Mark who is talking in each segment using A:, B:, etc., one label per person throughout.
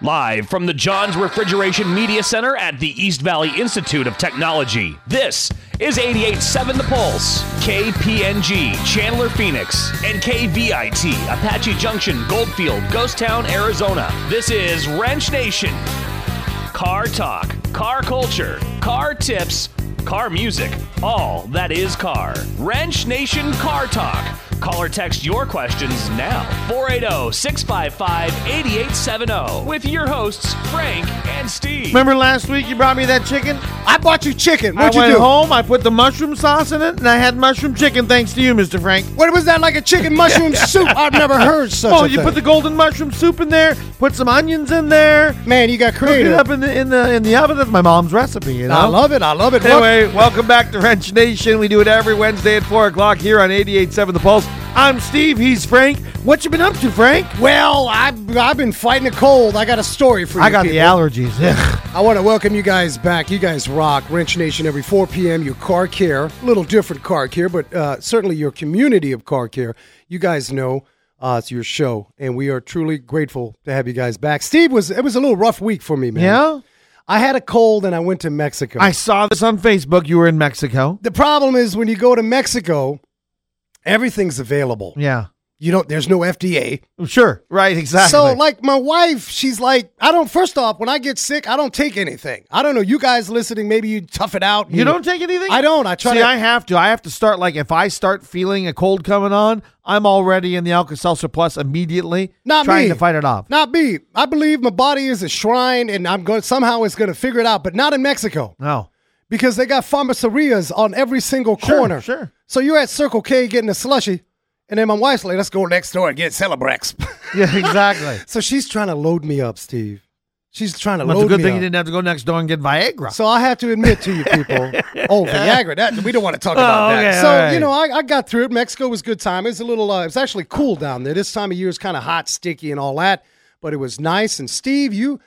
A: Live from the Johns Refrigeration Media Center at the East Valley Institute of Technology, this is 88.7 The Pulse, KPNG, Chandler, Phoenix, and KVIT, Apache Junction, Goldfield, Ghost Town, Arizona. This is Wrench Nation. Car talk, car culture, car tips, car music, all that is car. Wrench Nation Car Talk. Call or text your questions now. oh, 480 655 8870 with your hosts, Frank and Steve.
B: Remember last week you brought me that chicken?
C: I bought you chicken.
B: I
C: What'd you
B: went
C: do?
B: home, I put the mushroom sauce in it, and I had mushroom chicken thanks to you, Mr. Frank.
C: What was that like a chicken mushroom soup? I've never heard such
B: Oh,
C: a
B: you
C: thing.
B: put the golden mushroom soup in there, put some onions in there,
C: Man, you got
B: cook it
C: creative.
B: up in the in the in the oven. That's my mom's recipe, you know.
C: I love it. I love it. Look-
B: Anyway, welcome back to Wrench Nation. We do it every Wednesday at four o'clock here on 88.7 The Pulse. I'm Steve. He's Frank. What you been up to, Frank?
C: Well, I've, I've been fighting a cold. I got a story for you.
B: I got the
C: people.
B: allergies. Ugh.
C: I want to welcome you guys back. You guys rock. Wrench Nation every 4 p.m. Your car care, a little different car care, but uh, certainly your community of car care. You guys know uh, it's your show, and we are truly grateful to have you guys back. Steve was it was a little rough week for me, man.
B: Yeah?
C: I had a cold and I went to Mexico.
B: I saw this on Facebook. You were in Mexico.
C: the problem is when you go to Mexico, everything's available.
B: Yeah.
C: You don't. There's no FDA.
B: Sure. Right. Exactly.
C: So, like, my wife, she's like, I don't, first off, when I get sick, I don't take anything. I don't know. You guys listening, maybe you tough it out.
B: you
C: and-
B: don't take anything.
C: I don't. I try
B: See,
C: to.
B: I have to. I have to start like if I start feeling a cold coming on, I'm already in the Alka-Seltzer Plus immediately,
C: Not
B: trying
C: me.
B: to fight it off.
C: not me. I believe my body is a shrine and I'm going somehow it's going to figure it out, but not in Mexico
B: No.
C: because they got pharmacerias on every single
B: Sure,
C: corner.
B: sure.
C: So you're at Circle K getting a slushy, and then my wife's like, let's go next door and get Celebrex.
B: Yeah. Exactly.
C: so she's trying to load me up, Steve. She's trying to
B: That's
C: load
B: a good
C: me
B: thing
C: up.
B: you didn't have to go next door and get Viagra.
C: So I have to admit to you people, oh Viagra, that we don't want to talk about
B: Oh,
C: that.
B: okay,
C: so
B: all right.
C: you know, I, I got through it. Mexico was good time. It's a little, uh, it's actually cool down there. This time of year is kind of hot, sticky, and all that, but it was nice. And Steve, you,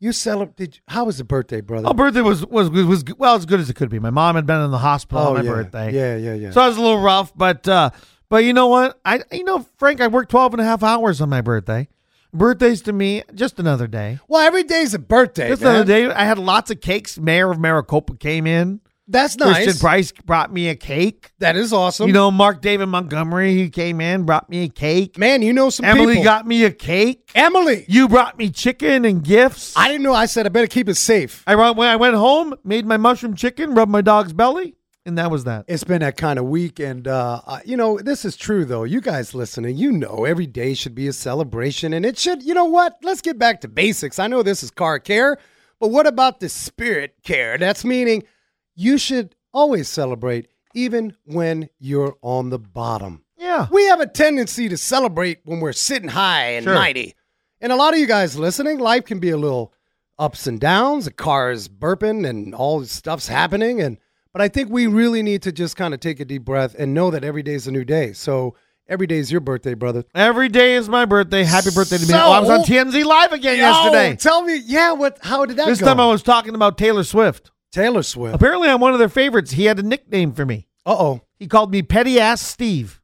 C: you celebrated. How was the birthday, brother?
B: Oh, birthday was was was, was g- well as good as it could be. My mom had been in the hospital
C: Oh,
B: on my
C: yeah.
B: birthday.
C: Yeah, yeah, yeah.
B: So I was a little rough, but uh but you know what? I you know, Frank, I worked 12 and a half hours on my birthday. Birthdays to me, just another day.
C: well, every day's a birthday.
B: Just
C: man.
B: another day. I had lots of cakes. Mayor of Maricopa came in.
C: That's
B: Christian
C: nice.
B: Price brought me a cake.
C: that is awesome.
B: You know, Mark David Montgomery, he came in, brought me a cake.
C: man, you know some
B: Emily
C: people.
B: got me a cake.
C: Emily.
B: You brought me chicken and gifts.
C: I didn't know. I said I better keep it safe.
B: I went, when I went home, made my mushroom chicken, rubbed my dog's belly, and that was that.
C: It's been that kind of week, and uh, uh, you know this is true though. You guys listening, you know every day should be a celebration, and it should. You know what? Let's get back to basics. I know this is car care, but what about the spirit care? That's meaning you should always celebrate, even when you're on the bottom.
B: Yeah.
C: We have a tendency to celebrate when we're sitting high and
B: Sure.
C: mighty, and a lot of you guys listening, life can be a little ups and downs. The car is burping and all this stuff's happening. And but I think we really need to just kind of take a deep breath and know that every day is a new day. So every day is your birthday, brother.
B: Every day is my birthday. Happy birthday to me.
C: So-
B: Oh, I was on TMZ Live again
C: Oh,
B: yesterday.
C: tell me, yeah, what? How did that
B: This
C: go?
B: time I was talking about Taylor Swift.
C: Taylor Swift. Uh
B: Apparently, I'm one of their favorites. He had a nickname for me.
C: oh,
B: He called me Petty Ass Steve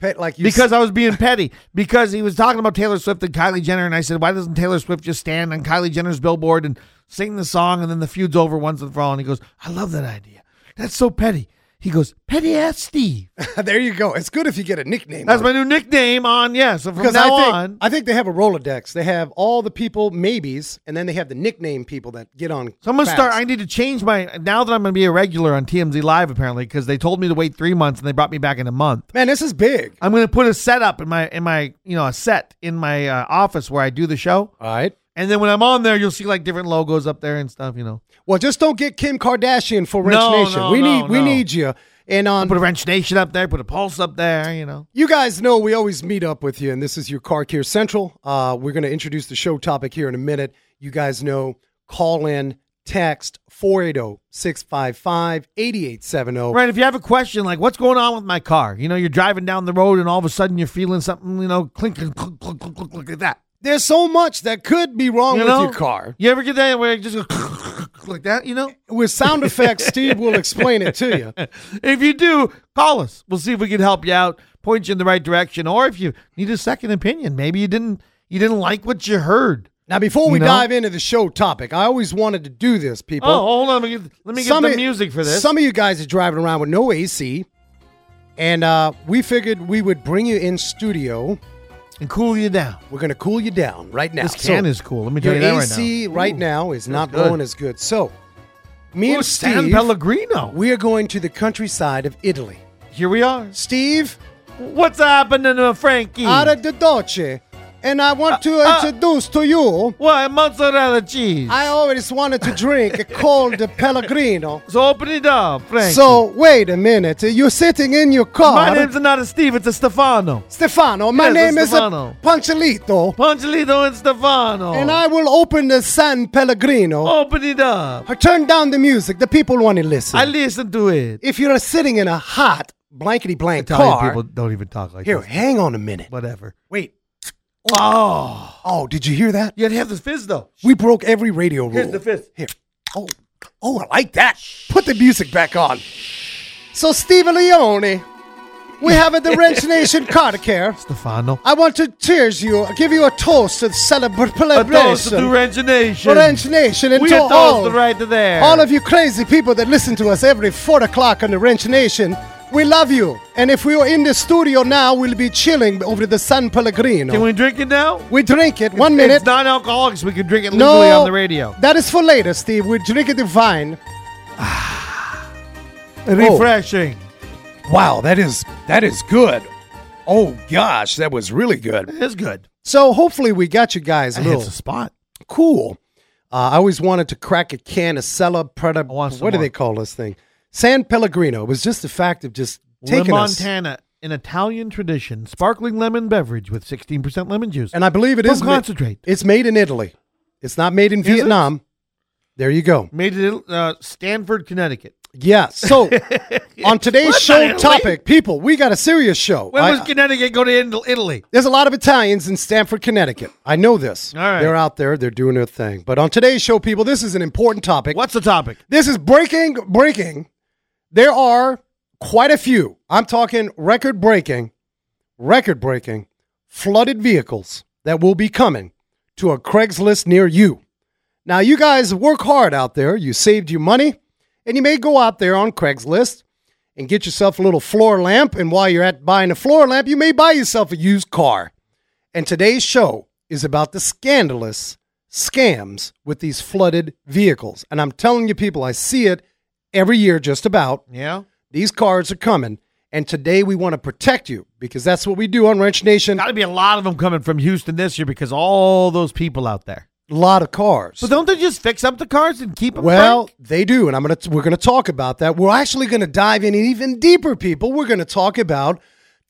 C: pet like you.
B: because I was being petty. Because he was talking about Taylor Swift and Kylie Jenner, and I said, "Why doesn't Taylor Swift just stand on Kylie Jenner's billboard and sing the song, and then the feud's over once and for all?" And he goes, "I love that idea. That's so petty." He goes, "Petty Ass Steve."
C: there you go. It's good if you get a nickname.
B: That's
C: on it.
B: my new nickname. On yeah, so from
C: because
B: now
C: I think
B: on,
C: I think they have a Rolodex. They have all the people maybes, and then they have the nickname people that get on.
B: So I'm gonna
C: fast.
B: start. I need to change my now that I'm gonna be a regular on TMZ Live apparently because they told me to wait three months and they brought me back in a month.
C: Man, this is big.
B: I'm gonna put a setup in my in my you know a set in my uh, office where I do the show,
C: All right.
B: and then when I'm on there, you'll see like different logos up there and stuff. You know,
C: Well, just don't get Kim Kardashian for Wrench
B: No,
C: Nation.
B: no,
C: we
B: no,
C: need we
B: no.
C: need you. And on
B: put a Wrench Nation up there, put a Pulse up there. You know,
C: you guys know we always meet up with you, and this is your Car Care Central. Uh, we're going to introduce the show topic here in a minute. You guys know call in, text oh, 480 655 8870.
B: Right. If you have a question like what's going on with my car, you know, you're driving down the road and all of a sudden you're feeling something, you know, clink, clink, clink, clink, clink, clink, like that.
C: There's so much that could be wrong
B: You
C: with
B: know?
C: your car.
B: You ever get that where it just goes like that, you know?
C: With sound effects, Steve will explain it to you.
B: If you do, call us. We'll see if we can help you out, point you in the right direction, or if you need a second opinion, maybe you didn't you didn't like what you heard.
C: Now, before we
B: You know?
C: dive into the show topic, I always wanted to do this, people.
B: Oh, hold on. Let me get, let me get
C: Some
B: the
C: of-
B: music for this.
C: Some of you guys are driving around with no AC, and uh, we figured we would bring you in studio.
B: and cool you down.
C: We're going to cool you down right now.
B: This can
C: So,
B: is cool. Let me tell
C: Your
B: you that right now.
C: AC right now, is not
B: good.
C: blowing as good. So, me
B: Ooh,
C: and
B: San
C: Steve,
B: Pellegrino.
C: we are going to the countryside of Italy.
B: Here we are.
C: Steve,
B: What's happening to Frankie?
C: out of the Dolce, and I want to
B: Hmm. Uh, uh,
C: introduce to you.
B: What mozzarella cheese?
C: I always wanted to drink a cold Pellegrino.
B: so open it up, Frankie.
C: So wait a minute. You're sitting in your car.
B: my name's not a Steve. It's a Stefano.
C: Stefano. My
B: Yes,
C: name is uh,
B: Stefano.
C: Pancilito,
B: Pangelito and Stefano.
C: and I will open the San Pellegrino.
B: open it up.
C: Uh, Turn down the music. The people want to listen.
B: Oh. I listen to it.
C: if you're sitting in a hot blankety blank
B: Italian
C: car,
B: people don't even talk like
C: here,
B: this.
C: hang on a minute.
B: Whatever.
C: Wait.
B: Oh,
C: Oh, did you hear that?
B: you had to have this fizz though.
C: We broke every radio rule.
B: Here's the fifth.
C: Here. Oh, oh, I like that. Put the music back on. So, Steve Leone, we have a the Ranch Nation card care.
B: Stefano.
C: I want to cheers you, give you a toast of celebration.
B: A toast to Ranch Nation.
C: Ranch Nation and
B: We
C: to
B: a
C: all,
B: toast right to there.
C: all of you crazy people that listen to us every 4 o'clock on the Ranch Nation. We love you. And if we were in the studio now, we'll be chilling over the San Pellegrino.
B: Can we drink it now?
C: we drink it. One minute.
B: It's non-alcoholic, so we can drink it
C: No,
B: legally on the radio.
C: That is for later, Steve. We drink it Oh. divine.
B: Ah. Refreshing.
C: Wow, that is that is good. Oh gosh, that was really good.
B: It's good.
C: So hopefully we got you guys a little
B: It's a spot.
C: cool. Uh, I always wanted to crack a can of Sella Prada.
B: want some
C: What do
B: more.
C: they call this thing? San Pellegrino. It was just the fact of just
B: Lim
C: taking us.
B: Montana, an Italian tradition, sparkling lemon beverage with 16% lemon juice.
C: And I believe it
B: From
C: is ma-
B: concentrate.
C: it's made in Italy. It's not made in
B: it?
C: Vietnam. There you go.
B: Made it in uh, Stanford, Connecticut.
C: Yeah. So on today's
B: What the
C: show
B: hell?
C: topic, people, we got a serious show.
B: When
C: I-
B: was Connecticut go to Ind- Italy?
C: There's a lot of Italians in Stamford, Connecticut. I know this.
B: All right.
C: They're out there, they're doing their thing. But on today's show, people, this is an important topic.
B: What's the topic?
C: This is breaking, breaking. There are quite a few. I'm talking record breaking, record breaking flooded vehicles that will be coming to a Craigslist near you. Now, you guys work hard out there. You saved your money, and you may go out there on Craigslist and get yourself a little floor lamp. And while you're at buying a floor lamp, you may buy yourself a used car. And today's show is about the scandalous scams with these flooded vehicles. And I'm telling you, people, I see it every year just about.
B: Yeah.
C: These cars are coming. And today we want to protect you because that's what we do on Ranch Nation.
B: Got
C: A
B: to be a lot of them coming from Houston this year because all those people out there.
C: lot of cars.
B: So don't they just fix up the cars and keep them?
C: Well, they do, and I'm gonna we're gonna talk about that. We're actually gonna dive in even deeper, people. We're gonna talk about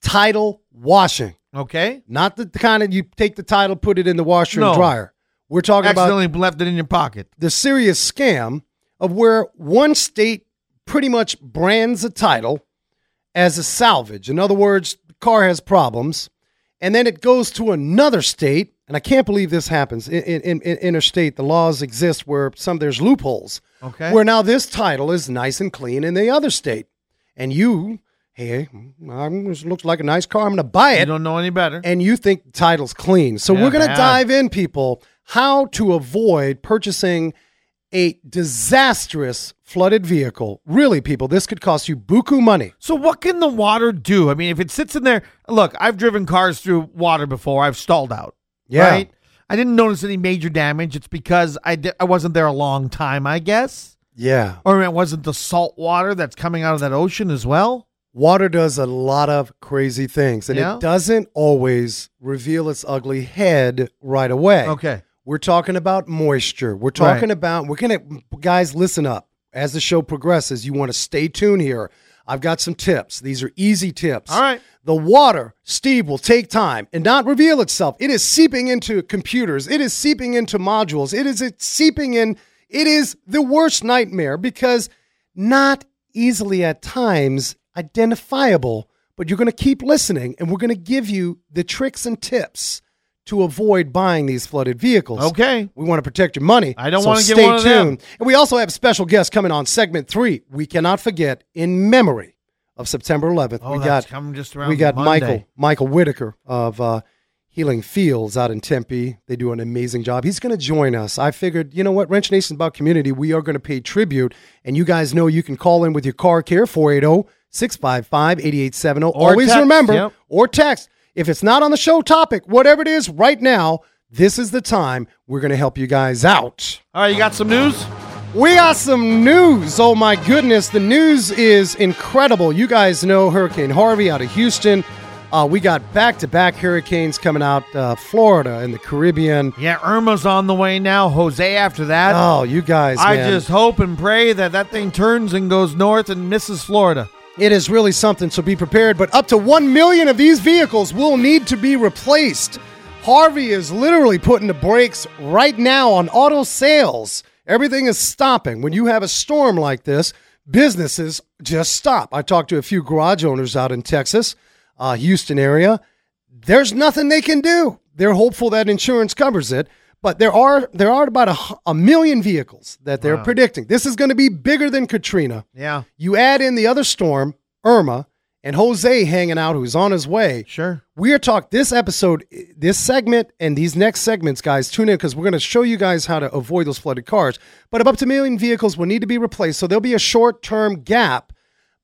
C: title washing,
B: okay.
C: not the kind of you take the title, put it in the washer
B: No.
C: and dryer. We're talking about
B: Accidentally left it in your pocket.
C: the serious scam of where one state pretty much brands a title as a salvage. In other words, the car has problems, and then it goes to another state. And I can't believe this happens in, in, in, in interstate. The laws exist where some there's loopholes.
B: Okay.
C: Where now this title is nice and clean in the other state, and you, hey, I'm, this looks like a nice car. I'm going to buy
B: you
C: it
B: don't know any better.
C: and you think the title's clean. So
B: Yeah,
C: we're going to
B: bad.
C: dive in, people, how to avoid purchasing a disastrous flooded vehicle. Really, people, this could cost you buku money.
B: So what can the water do? I mean, if it sits in there, look, I've driven cars through water before. I've stalled out.
C: Yeah.
B: Right? I didn't notice any major damage. It's because I di- I wasn't there a long time, I guess.
C: Yeah.
B: Or it wasn't the salt water that's coming out of that ocean as well.
C: Water does a lot of crazy things, and
B: Yeah.
C: it doesn't always reveal its ugly head right away.
B: Okay.
C: We're talking about moisture. We're
B: Right.
C: talking about, we're going to, guys, listen up. As the show progresses, you want to stay tuned here. I've got some tips. These are easy tips.
B: All right.
C: The water, Steve, will take time and not reveal itself. It is seeping into computers. It is seeping into modules. It is it's seeping in It is the worst nightmare because not easily at times identifiable, but you're going to keep listening and we're going to give you the tricks and tips to avoid buying these flooded vehicles.
B: Okay.
C: We want to protect your money.
B: I don't
C: so
B: wanna get
C: stay
B: one of them.
C: tuned. And we also have special guests coming on segment three. We cannot forget in memory of September 11th.
B: Oh,
C: we
B: that's
C: got
B: coming just around
C: we got
B: Monday.
C: Michael Michael Whitaker of uh, Healing Fields out in Tempe. They do an amazing job. He's going to join us. I figured, you know what, Wrench Nation is about community. We are going to pay tribute, and you guys know you can call in with your car care oh, 480 655 8870. oh. Always
B: text,
C: remember,
B: yep.
C: or text. If it's not on the show topic, whatever it is right now, this is the time we're going to help you guys out.
B: All right, you got some news?
C: We got some news. Oh my goodness, the news is incredible. You guys know Hurricane Harvey out of Houston. Uh, we got back to back hurricanes coming out uh, Florida and the Caribbean.
B: Yeah, Irma's on the way now. Jose after that.
C: Oh, you guys,
B: I
C: man.
B: just hope and pray that that thing turns and goes north and misses Florida.
C: It is really something, so be prepared. But up to 1 million of these vehicles will need to be replaced. Harvey is literally putting the brakes right now on auto sales. Everything is stopping. When you have a storm like this, businesses just stop. I talked to a few garage owners out in Texas, uh, Houston area. There's nothing they can do. They're hopeful that insurance covers it, but there are there are about a, hu- a million vehicles that they're predicting. This is going to be bigger than Katrina.
B: Yeah,
C: You add in the other storm, Irma, and Jose hanging out, who's on his way.
B: sure.
C: We are talking this episode, this segment, and these next segments, guys. Tune in because we're going to show you guys how to avoid those flooded cars. But up to a million vehicles will need to be replaced, so there'll be a short-term gap,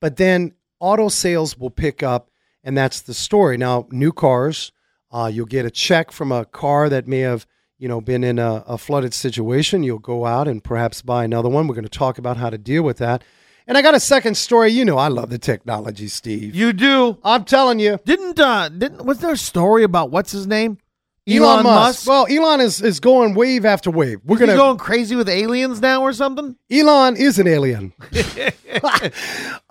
C: but then auto sales will pick up, and that's the story. Now, new cars, uh, you'll get a check from a car that may have you know been in a, a flooded situation. You'll go out and perhaps buy another one. We're going to talk about how to deal with that. And I got a second story. You know, I love the technology, Steve.
B: You do.
C: I'm telling you.
B: Didn't uh didn't was there a story about what's his name?
C: Elon, Musk. Well, Elon is, is going wave after wave. We're
B: Is he
C: gonna
B: going crazy with aliens now or something?
C: Elon is an alien.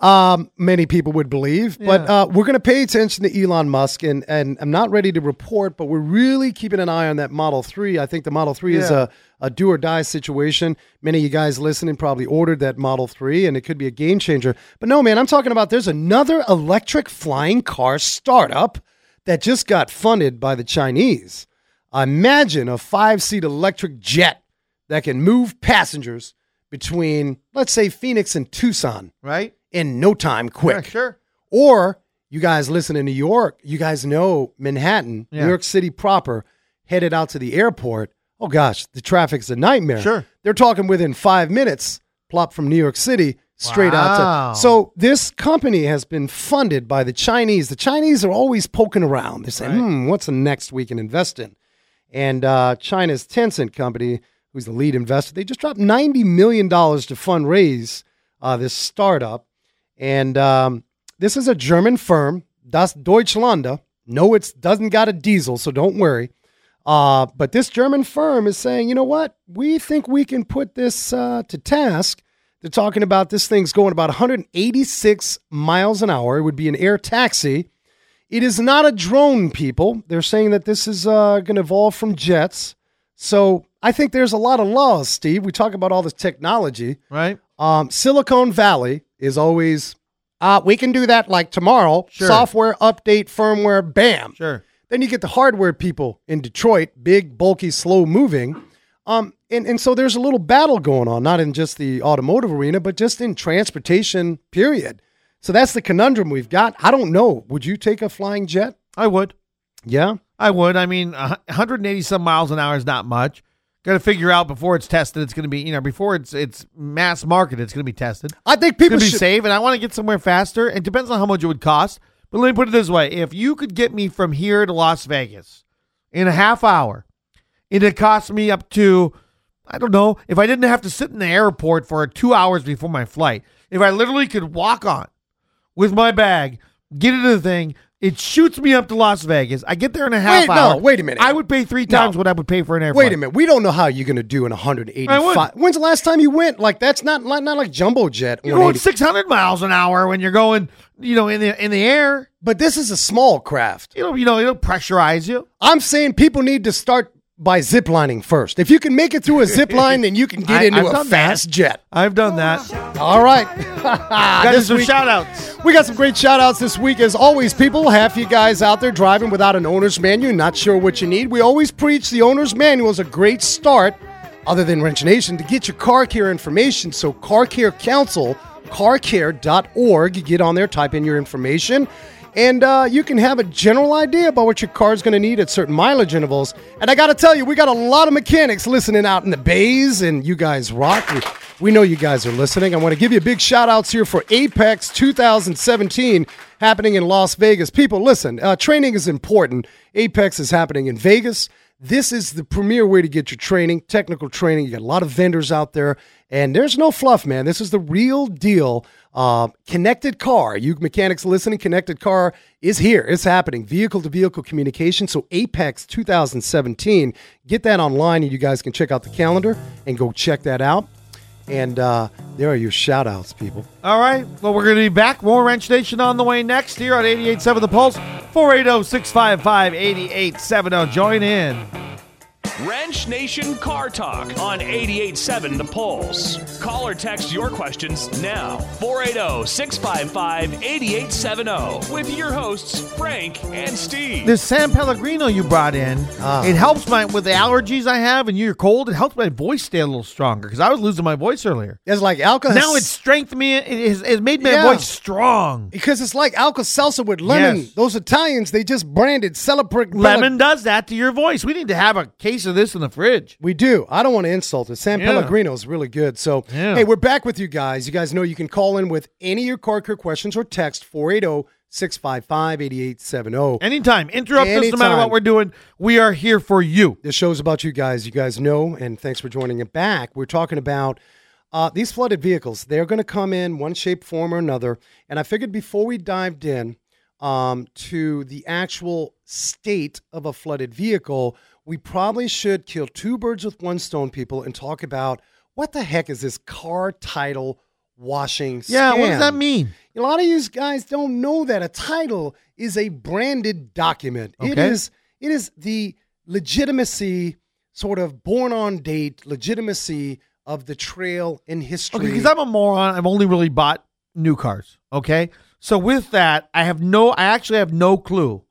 C: um, many people would believe, but uh, we're gonna pay attention to Elon Musk, and and I'm not ready to report, but we're really keeping an eye on that Model Three. I think the Model Three is
B: Yeah.
C: a a do or die situation. Many of you guys listening probably ordered that Model Three, and it could be a game changer. But no, man, I'm talking about there's another electric flying car startup that just got funded by the Chinese. Imagine a five seat electric jet that can move passengers between, let's say, Phoenix and Tucson
B: Right?
C: in no time quick.
B: Yeah, sure.
C: Or you guys listen in New York, you guys know Manhattan,
B: Yeah.
C: New York City proper, headed out to the airport. Oh gosh, the traffic's a nightmare.
B: Sure.
C: They're talking within five minutes, plop from New York City straight
B: Wow.
C: out to. So this company has been funded by the Chinese. The Chinese are always poking around. They're saying,
B: Right.
C: hmm, what's the next we can invest in? and uh, China's Tencent company, who's the lead investor, they just dropped ninety million dollars to fundraise uh, this startup. And um, this is a German firm, Das Deutschlande. No, it doesn't got a diesel, so don't worry. Uh, but this German firm is saying, you know what? We think we can put this uh, to task. They're talking about this thing's going about 186 miles an hour. It would be an air taxi. It is not a drone, people. They're saying that this is uh, going to evolve from jets. So I think there's a lot of laws, Steve. We talk about all this technology.
B: Right?
C: Um, Silicon Valley is always, uh, we can do that like tomorrow.
B: Sure.
C: Software update, firmware, bam.
B: Sure.
C: Then you get the hardware people in Detroit, big, bulky, slow moving. Um, and, and so there's a little battle going on, not in just the automotive arena, but just in transportation, period. So that's the conundrum we've got. I don't know. Would you take a flying jet?
B: I would.
C: Yeah.
B: I would. I mean, a hu- 180 some miles an hour is not much. Got to figure out before it's tested. It's going to be, you know, before it's it's mass market, it's going to be tested.
C: I think
B: It's
C: people
B: going to be
C: should.
B: safe, and I want to get somewhere faster. It depends on how much it would cost. But let me put it this way: if you could get me from here to Las Vegas in a half hour, it would cost me up to, I don't know, if I didn't have to sit in the airport for two hours before my flight, if I literally could walk on with my bag, get into the thing. It shoots me up to Las Vegas. I get there in a half
C: Wait, no,
B: hour.
C: wait a minute.
B: I would pay three times what I would pay for an airport.
C: Wait a minute. We don't know how you're going to do in 185.
B: I would.
C: When's the last time you went? Like, that's not, not, not like jumbo jet.
B: You're going
C: 180.
B: 600 miles an hour when you're going, you know, in the in the air.
C: But this is a small craft.
B: It'll, you know, it'll pressurize you.
C: I'm saying people need to start by ziplining first. If you can make it through a zip line, then you can get
B: I-
C: into
B: I've
C: a
B: done that.
C: fast jet.
B: I've done that.
C: All right.
B: Got
C: Uh, This
B: some
C: week-
B: shout outs.
C: We got some great shout outs this week. As always, people, half you guys out there driving without an owner's manual, not sure what you need. We always preach the owner's manual is a great start, other than Wrench Nation, to get your car care information. So, Car Care Council, carcare.org, get on there, type in your information. And uh, you can have a general idea about what your car's going to need at certain mileage intervals. And I got to tell you, we got a lot of mechanics listening out in the bays, and you guys rock. We- We know you guys are listening. I want to give you big shout outs here for Apex 2017 happening in Las Vegas. People, listen, uh, training is important. Apex is happening in Vegas. This is the premier way to get your training, technical training. You got a lot of vendors out there, and there's no fluff, man. This is the real deal. Uh, connected car, you mechanics listening, connected car is here. It's happening. Vehicle to vehicle communication. So Apex 2017, get that online, and you guys can check out the calendar and go check that out. And uh, there are your shout outs, people.
B: All right. Well, we're going to be back. More Wrench Nation on the way next here on 88.7 The Pulse, oh, 480 655 8870. oh. Join in.
A: Wrench Nation Car Talk on 88.7 The Pulse. Call or text your questions now. oh, 480-655-8870 with your hosts, Frank and Steve.
B: This San Pellegrino you brought in,
C: Ah.
B: it helps my with the allergies I have and you're cold. It helps my voice stay a little stronger because I was losing my voice earlier.
C: It's like alcohol.
B: Now it's strengthened me. It has, it's made my
C: Yeah.
B: voice strong.
C: because it's like alka seltzer with lemon.
B: Yes.
C: Those Italians, they just branded Celebric
B: Lemon does that to your voice. We need to have a case of this in the fridge.
C: We do. I don't want to insult it. San
B: Yeah.
C: Pellegrino is really good. So,
B: Yeah.
C: hey, we're back with you guys. You guys know you can call in with any of your car care questions or text oh, 480 655 8870.
B: Anytime, interrupt us no matter
C: Anytime.
B: what we're doing. We are here for you.
C: This show's about you guys. You guys know, and thanks for joining it back. We're talking about uh, these flooded vehicles. They're going to come in one shape, form, or another. And I figured before we dived in um, to the actual state of a flooded vehicle, we probably should kill two birds with one stone, people, and talk about what the heck is this car title washing
B: Yeah, what does
C: scam?
B: that mean?
C: A lot of you guys don't know that a title is a branded document. It
B: Okay.
C: is it is the legitimacy, sort of born on date legitimacy of the trail in history.
B: Okay, because I'm a moron. I've only really bought new cars. Okay, so with that, I have no. I actually have no clue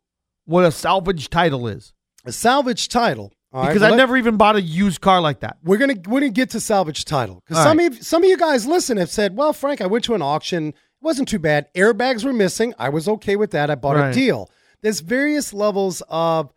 B: what a salvage title is
C: a salvage title. all right?
B: because
C: Well,
B: I
C: let-
B: never even bought a used car like that.
C: We're gonna we're gonna get to salvage title because
B: All
C: some of some of you guys listen have said, well, Frank, I went to an auction, it wasn't too bad. Airbags were missing. I was okay with that. I bought
B: Right.
C: a deal. There's various levels of,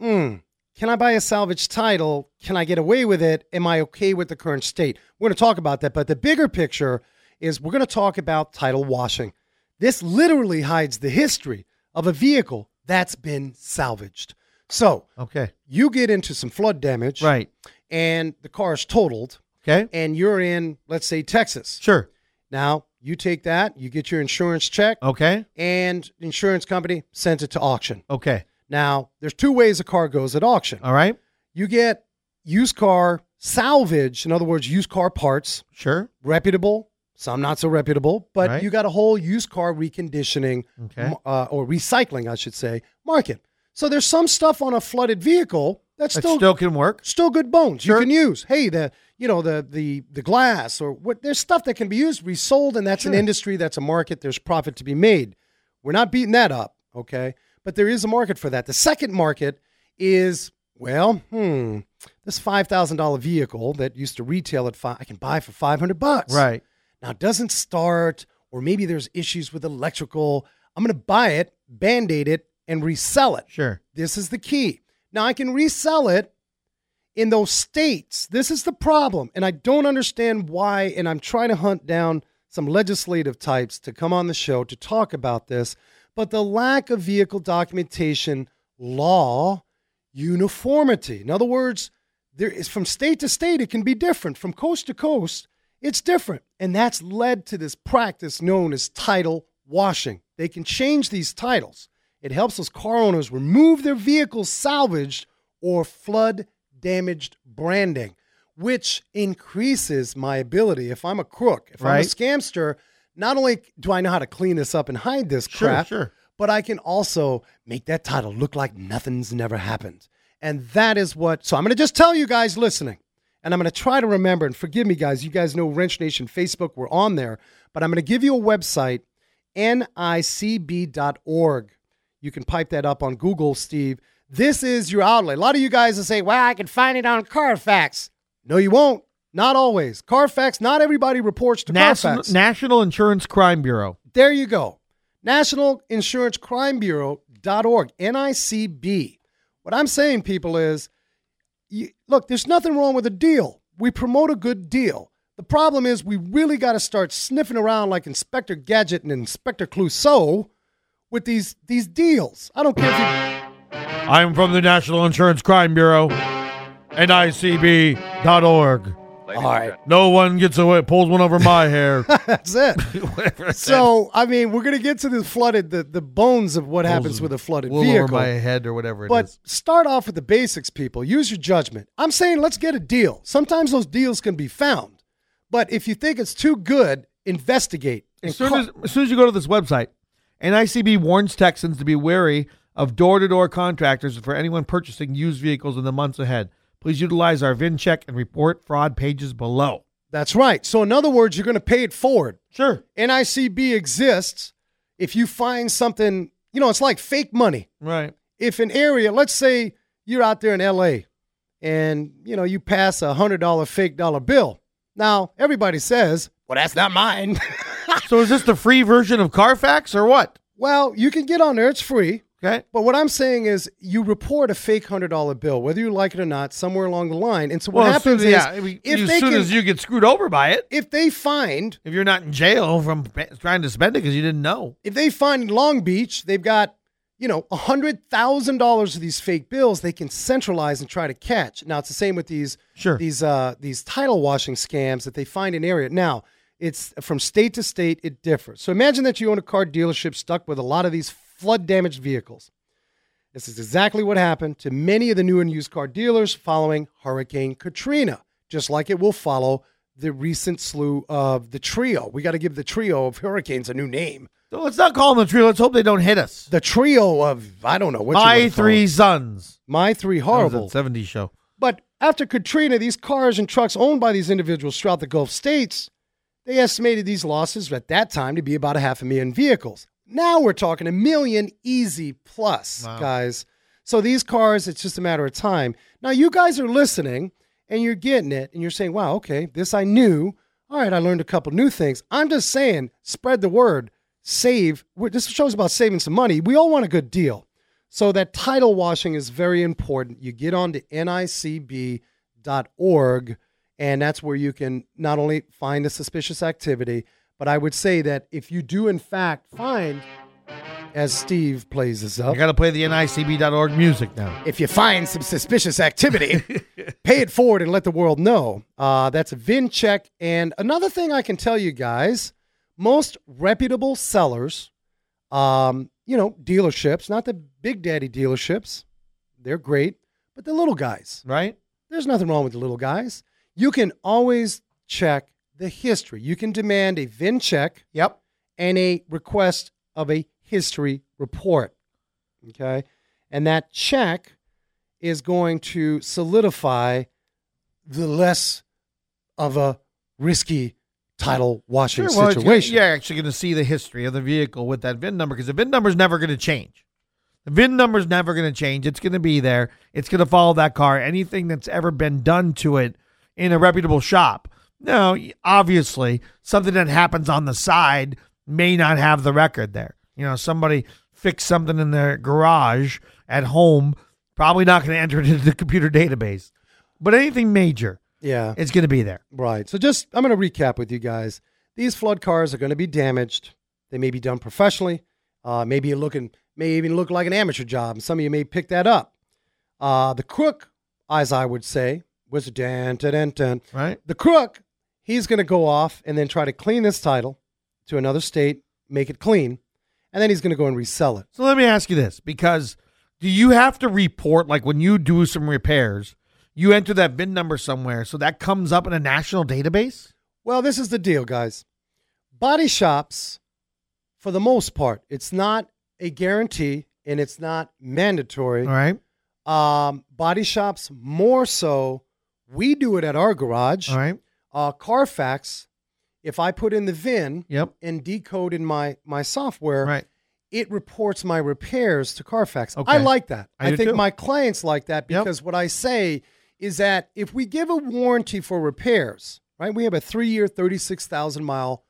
C: mm, can I buy a salvage title? Can I get away with it? Am I okay with the current state? We're gonna talk about that, but the bigger picture is we're gonna talk about title washing. This literally hides the history of a vehicle that's been salvaged. So
B: Okay,
C: you get into some flood damage,
B: right.
C: and the car is totaled
B: Okay,
C: and you're in let's say texas
B: sure.
C: now you take that you get your insurance check
B: Okay,
C: and the insurance company sends it to auction
B: okay.
C: now there's two ways a car goes at auction
B: All right,
C: you get used car salvage in other words used car parts
B: sure.
C: reputable some not so reputable but
B: Right.
C: you got a whole used car reconditioning
B: Okay.
C: uh, or recycling i should say market so there's some stuff on a flooded vehicle that's
B: It
C: still
B: still can work.
C: still good bones
B: Sure.
C: you can use. Hey, the you know the the the glass or what there's stuff that can be used, resold, and that's an
B: Sure.
C: industry, that's a market, there's profit to be made. We're not beating that up, okay? But there is a market for that. The second market is well, hmm, this five thousand dollar vehicle that used to retail at five, I can buy for five hundred bucks.
B: Right.
C: now, it doesn't start, or maybe there's issues with electrical. I'm going to buy it, band aid it, and resell it.
B: Sure.
C: This is the key. Now I can resell it in those states. This is the problem. And I don't understand why. And I'm trying to hunt down some legislative types to come on the show to talk about this. But the lack of vehicle documentation law uniformity. In other words, there is from state to state, it can be different. From coast to coast, it's different. And that's led to this practice known as title washing. They can change these titles. It helps those car owners remove their vehicles salvaged or flood damaged branding, which increases my ability. If I'm a crook, if I'm
B: Right.
C: a scamster, not only do I know how to clean this up and hide this
B: Sure,
C: crap,
B: sure.
C: but I can also make that title look like nothing's never happened. And that is what, so I'm going to just tell you guys listening, and I'm going to try to remember, and forgive me, guys, you guys know Wrench Nation Facebook, we're on there, but I'm going to give you a website, nicb.org. You can pipe that up on Google, Steve. This is your outlet. A lot of you guys will say, well, I can find it on Carfax. No, you won't. Not always. Carfax, not everybody reports to
B: National,
C: Carfax.
B: National Insurance Crime Bureau.
C: There you go. National Insurance Crime Bureau.org, NICB. What I'm saying, people, is you, look, there's nothing wrong with a deal. We promote a good deal. The problem is we really got to start sniffing around like Inspector Gadget and Inspector Clouseau with these these deals. I don't care if you.
B: I'm from the National Insurance Crime Bureau, NICB.org.
C: All right,
B: No one gets away, pulls one over my hair.
C: that's it. so, I mean, we're going to get to the flooded, the, the bones of what happens with a flooded
B: Wool
C: vehicle.
B: over my head or whatever it is.
C: But start off with the basics, people. Use your judgment. I'm saying let's get a deal. Sometimes those deals can be found, but if you think it's too good, investigate. and
B: As soon
C: call-
B: as, as soon as you go to this website, NICB warns Texans to be wary of door-to-door contractors for anyone purchasing used vehicles in the months ahead. Please utilize our VIN check and report fraud pages below.
C: That's right. So, in other words, you're going to pay it forward.
B: Sure.
C: NICB exists. If you find something, you know, it's like fake money.
B: Right.
C: if an area, let's say you're out there in LA and you know you pass a hundred dollar fake dollar bill. Now everybody says, Well, that's not mine.
B: so is this the free version of Carfax or what?
C: well, you can get on there, it's free.
B: Okay.
C: But what I'm saying is you report a fake hundred dollar bill, whether you like it or not, somewhere along the line. And so what
B: Well, as soon
C: happens
B: as,
C: is
B: yeah, I mean,
C: if
B: as
C: they
B: soon
C: can,
B: as you get screwed over by it,
C: if they find
B: if you're not in jail from p- trying to spend it because you didn't know.
C: if they find in Long Beach, they've got, you know, $100,000 of these fake bills they can centralize and try to catch. Now, it's the same with these
B: Sure.
C: these uh, these title washing scams that they find in area. Now, it's from state to state it differs. So imagine that you own a car dealership stuck with a lot of these flood damaged vehicles. This is exactly what happened to many of the new and used car dealers following Hurricane Katrina, just like it will follow the recent slew of the trio. We got to give the trio of hurricanes a new name
B: So let's not call them the tree. Let's hope they don't hit us.
C: the trio of I don't know what you wanna
B: My
C: call
B: three
C: it.
B: sons.
C: my three horrible.
B: That was a 70s show.
C: But after Katrina, these cars and trucks owned by these individuals throughout the Gulf states, they estimated these losses at that time to be about a half a million vehicles. Now we're talking a million easy plus,
B: Wow.
C: guys. So these cars, it's just a matter of time. Now you guys are listening and you're getting it and you're saying, wow, okay, this I knew. All right, I learned a couple new things. I'm just saying, spread the word, save. We're, this show's about saving some money. We all want a good deal. So that title washing is very important. You get on to nicb.org, and that's where you can not only find the suspicious activity, but I would say that if you do in fact find, as Steve plays this
B: I
C: up,
B: got to play the NICB.org music now.
C: if you find some suspicious activity, pay it forward and let the world know. Uh, that's a VIN check. And another thing I can tell you guys most reputable sellers, um, you know, dealerships, not the big daddy dealerships, they're great, but the little guys,
B: Right?
C: there's nothing wrong with the little guys. You can always check the history. You can demand a VIN check
B: Yep.
C: and a request of a history report. Okay. And that check is going to solidify the less of a risky title washing
B: Sure, well, it's gonna-
C: situation.
B: you're actually going to see the history of the vehicle with that VIN number because the VIN number is never going to change. The VIN number is never going to change. It's going to be there. It's going to follow that car. Anything that's ever been done to it in a reputable shop. Now, y- obviously, something that happens on the side may not have the record there. You know, somebody fixed something in their garage at home, probably not going to enter it into the computer database. But anything major,
C: yeah.
B: it's going to be there.
C: Right. So just I'm going to recap with you guys. These flood cars are going to be damaged. They may be done professionally. Uh, maybe you're looking, may even look like an amateur job. and Some of you may pick that up. Uh, the crook, as I would say, was a dan, dan, dan, dan.
B: Right?
C: The crook, he's going to go off and then try to clean this title to another state, make it clean, and then he's going to go and resell it.
B: So let me ask you this because do you have to report, like when you do some repairs, you enter that VIN number somewhere so that comes up in a national database?
C: Well, this is the deal, guys. Body shops, for the most part, it's not a guarantee and it's not mandatory.
B: All right.
C: Um, body shops more so. We do it at our garage.
B: All right.
C: Uh, Carfax. If I put in the VIN
B: Yep.
C: and decode in my my software,
B: Right.
C: it reports my repairs to Carfax. I
B: Okay.
C: like that.
B: I
C: I,
B: do
C: think
B: too.
C: my clients like that
B: Yep.
C: because what I say is that if we give a warranty for repairs, right, we have a three year, 36,000 mile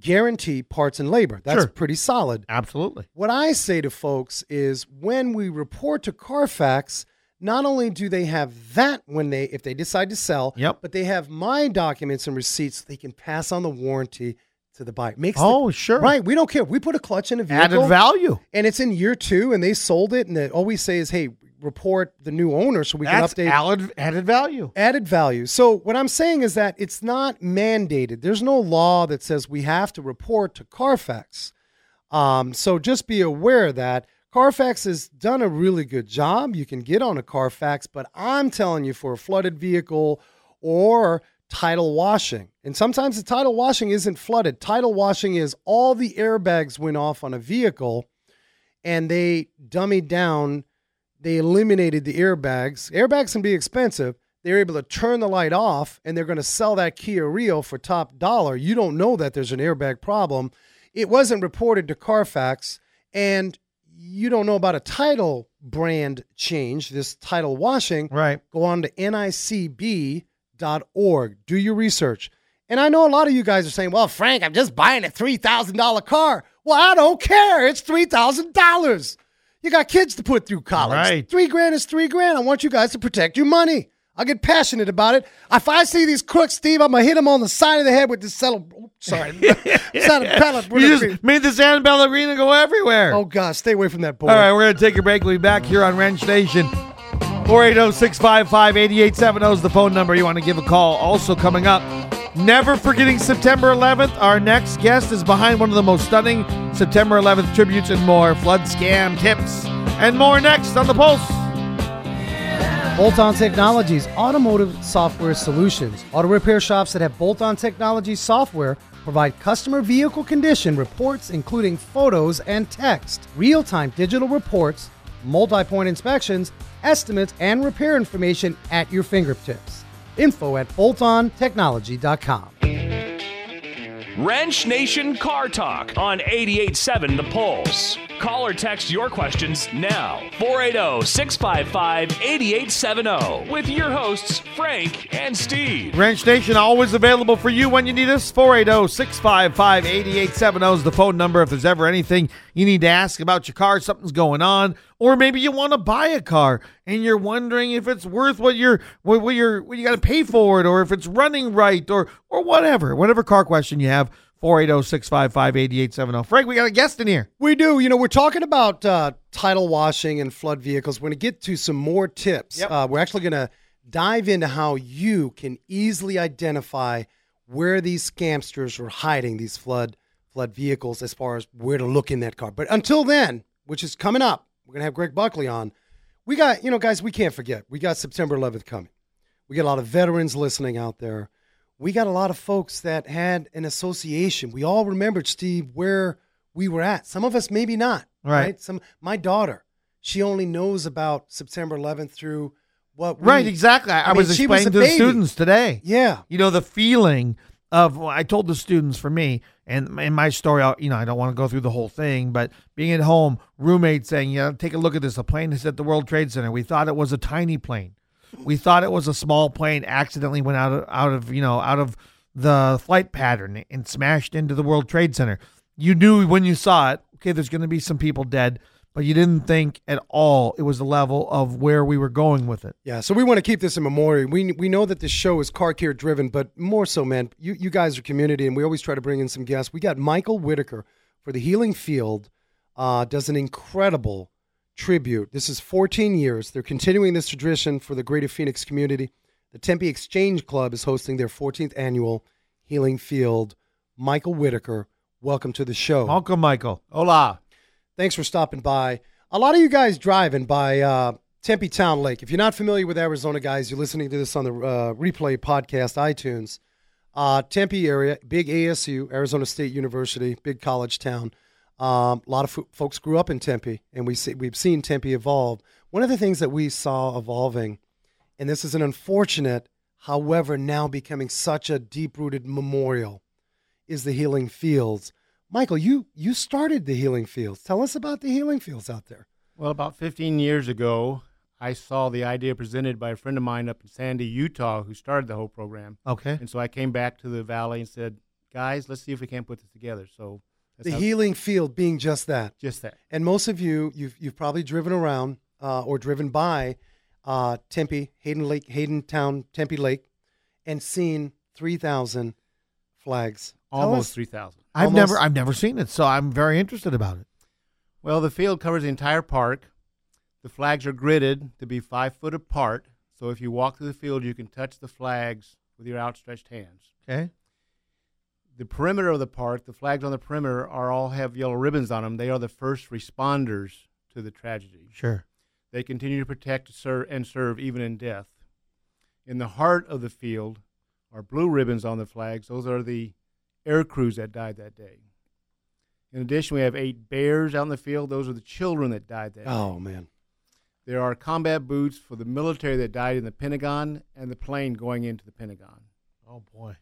C: guarantee parts and labor. That's
B: Sure.
C: pretty solid.
B: Absolutely.
C: What I say to folks is when we report to Carfax, not only do they have that when they if they decide to sell,
B: Yep.
C: but they have my documents and receipts they can pass on the warranty to the buyer. Makes the-
B: Oh, sure.
C: Right, we don't care. We put a clutch in a vehicle
B: Added value.
C: and it's in year two, and they sold it, and they, all we say is, "Hey, report the new owner so we
B: That's
C: can update."
B: added, added value.
C: Added value. So what I'm saying is that it's not mandated. There's no law that says we have to report to Carfax. Um, so just be aware of that Carfax has done a really good job. You can get on a Carfax, but I'm telling you, for a flooded vehicle or title washing, and sometimes the title washing isn't flooded. Title washing is all the airbags went off on a vehicle, and they dummied down they eliminated the airbags. Airbags can be expensive. They're able to turn the light off and they're going to sell that Kia Rio for top dollar. You don't know that there's an airbag problem. It wasn't reported to Carfax and you don't know about a title brand change, this title washing.
B: Right.
C: Go on to nicb.org. Do your research. And I know a lot of you guys are saying, well, Frank, I'm just buying a $3,000 car. Well, I don't care. It's $3,000. You got kids to put through college.
B: Right.
C: Three grand is three grand. I want you guys to protect your money. I get passionate about it. If I see these crooks, Steve, I'm gonna hit them on the side of the head with this cello. oops, Sorry, it's not a pallet.
B: You just made the San Pellegrino go everywhere.
C: Oh God, stay away from that boy.
B: All right, we're going to take a break. We'll be back here on Wrench Nation. oh, 480 655 8870 is the phone number you want to give a call. Also, coming up, never forgetting September 11th, our next guest is behind one of the most stunning September 11th tributes and more flood scam tips and more next on The Pulse.
C: Bolt On Technologies automotive software solutions. Auto repair shops that have Bolt On Technology software provide customer vehicle condition reports, including photos and text, real time digital reports, multi point inspections, estimates, and repair information at your fingertips. Info at boltontechnology.com.
A: Wrench Nation Car Talk on 887 The Pulse. Call or text your questions now. oh, 480 655 8870 with your hosts, Frank and Steve.
B: Ranch Nation always available for you when you need us. 480 655 8870 is the phone number. If there's ever anything you need to ask about your car, something's going on, or maybe you want to buy a car and you're wondering if it's worth what you're what, what you're what you got to pay for it, or if it's running right, or or whatever, whatever car question you have. oh, 480 655 8870. oh. Frank, we got a guest in here.
C: We do. You know, we're talking about uh, title washing and flood vehicles. We're going to get to some more tips. Uh, we're actually going to dive into how you can easily identify where these scamsters are hiding these flood flood vehicles as far as where to look in that car. But until then, which is coming up, we're going to have Greg Buckley on. We got, you know, guys, we can't forget. We got September 11th coming. We got a lot of veterans listening out there. We got a lot of folks that had an association. We all remembered Steve where we were at. Some of us maybe not.
B: Right.
C: Some my daughter, she only knows about September 11th through what we-
B: Right, exactly. I,
C: Mm. I mean,
B: was
C: she was
B: explaining
C: a
B: to the
C: baby.
B: students today.
C: Yeah.
B: you know the feeling of well, I told the students for me and in my story, I, you know, I don't want to go through the whole thing, but being at home, roommate saying, "Yeah, take a look at this. A plane is at the World Trade Center. We thought it was a tiny plane. We thought it was a small plane. Accidentally went out of, out of you know out of the flight pattern and smashed into the World Trade Center. You knew when you saw it. Okay, there's going to be some people dead, but you didn't think at all it was the level of where we were going with it.
C: Yeah, so we want to keep this in memoriam. We we know that this show is car care driven, but more so, man, you, you guys are community, and we always try to bring in some guests. We got Michael Whitaker for the Healing Field, uh, does an incredible tribute. This is 14 years. They're continuing this tradition for the greater Phoenix community. The Tempe Exchange Club is hosting their 14th annual Healing Field. Michael Whitaker, welcome to the show.
B: Uncle Michael, hola.
C: Thanks for stopping by. A lot of you guys driving by uh, Tempe Town Lake. If you're not familiar with Arizona, guys, you're listening to this on the uh, replay podcast, iTunes. Uh, Tempe area, big ASU, Arizona State University, big college town. Um, a lot of fo- folks grew up in Tempe, and we see, we've seen Tempe evolve. One of the things that we saw evolving, and this is an unfortunate, however, now becoming such a deep rooted memorial, is the healing fields. Michael, you you started the healing fields. Tell us about the healing fields out there.
D: Well, about 15 years ago, I saw the idea presented by a friend of mine up in Sandy, Utah, who started the whole program.
B: Okay.
D: And so I came back to the valley and said, "Guys, let's see if we can't put this together." So that's
C: The
D: how-
C: healing field being just that.
D: just that.
C: And most of you, you've you've probably driven around uh, or driven by uh, Tempe, Hayden Lake, Hayden Town, Tempe Lake, and seen three thousand flags. Tell
D: Almost
C: us-
D: 3,000.
B: I've
C: Almost-
B: never I've never seen it, so I'm very interested about it.
D: Well, the field covers the entire park. The flags are gridded to be five foot apart, so if you walk through the field, you can touch the flags with your outstretched hands.
B: Okay.
D: The perimeter of the park, the flags on the perimeter, are all have yellow ribbons on them. They are the first responders to the tragedy.
B: Sure.
D: They continue to protect serve, and serve even in death. In the heart of the field are blue ribbons on the flags. Those are the air crews that died that day. In addition, we have eight bears out in the field. Those are the children that died that day.
C: Oh man,
D: There are combat boots for the military that died in the Pentagon and the plane going into the Pentagon.
B: Oh boy.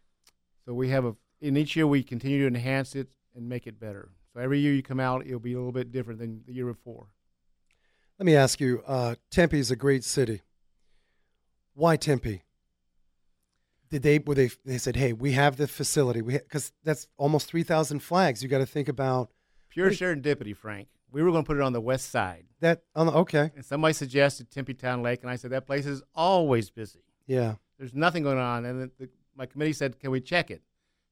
D: So we have a, in each year we continue to enhance it and make it better. So every year you come out, it'll be a little bit different than the year before.
C: let me ask you. Uh, Tempe is a great city. Why Tempe? Did they were they they said, hey, we have the facility. We because that's almost three thousand flags. You got to think about
D: Pure serendipity, Frank. We were going to put it on the west side.
C: that. On the, okay,
D: And somebody suggested Tempe Town Lake, and I said, that place is always busy.
C: yeah.
D: There's nothing going on. And the, the, my committee said, can we check it?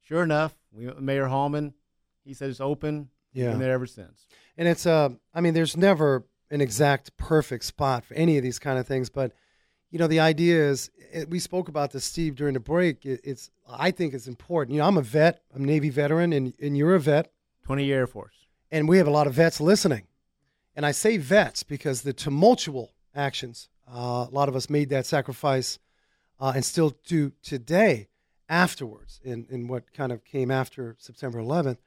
D: Sure enough, we, Mayor Hallman, he said it's open.
C: Yeah.
D: Been there ever since.
C: And it's uh, I mean, there's never an exact perfect spot for any of these kind of things, but you know, the idea is it, we spoke about this, Steve, during the break. It, it's I think it's important. You know, I'm a vet, I'm a Navy veteran, and and you're a vet,
D: 20 year Air Force.
C: and we have a lot of vets listening. And I say vets because the tumultual actions, uh, a lot of us made that sacrifice, uh, and still do today. Afterwards, in in what kind of came after September 11th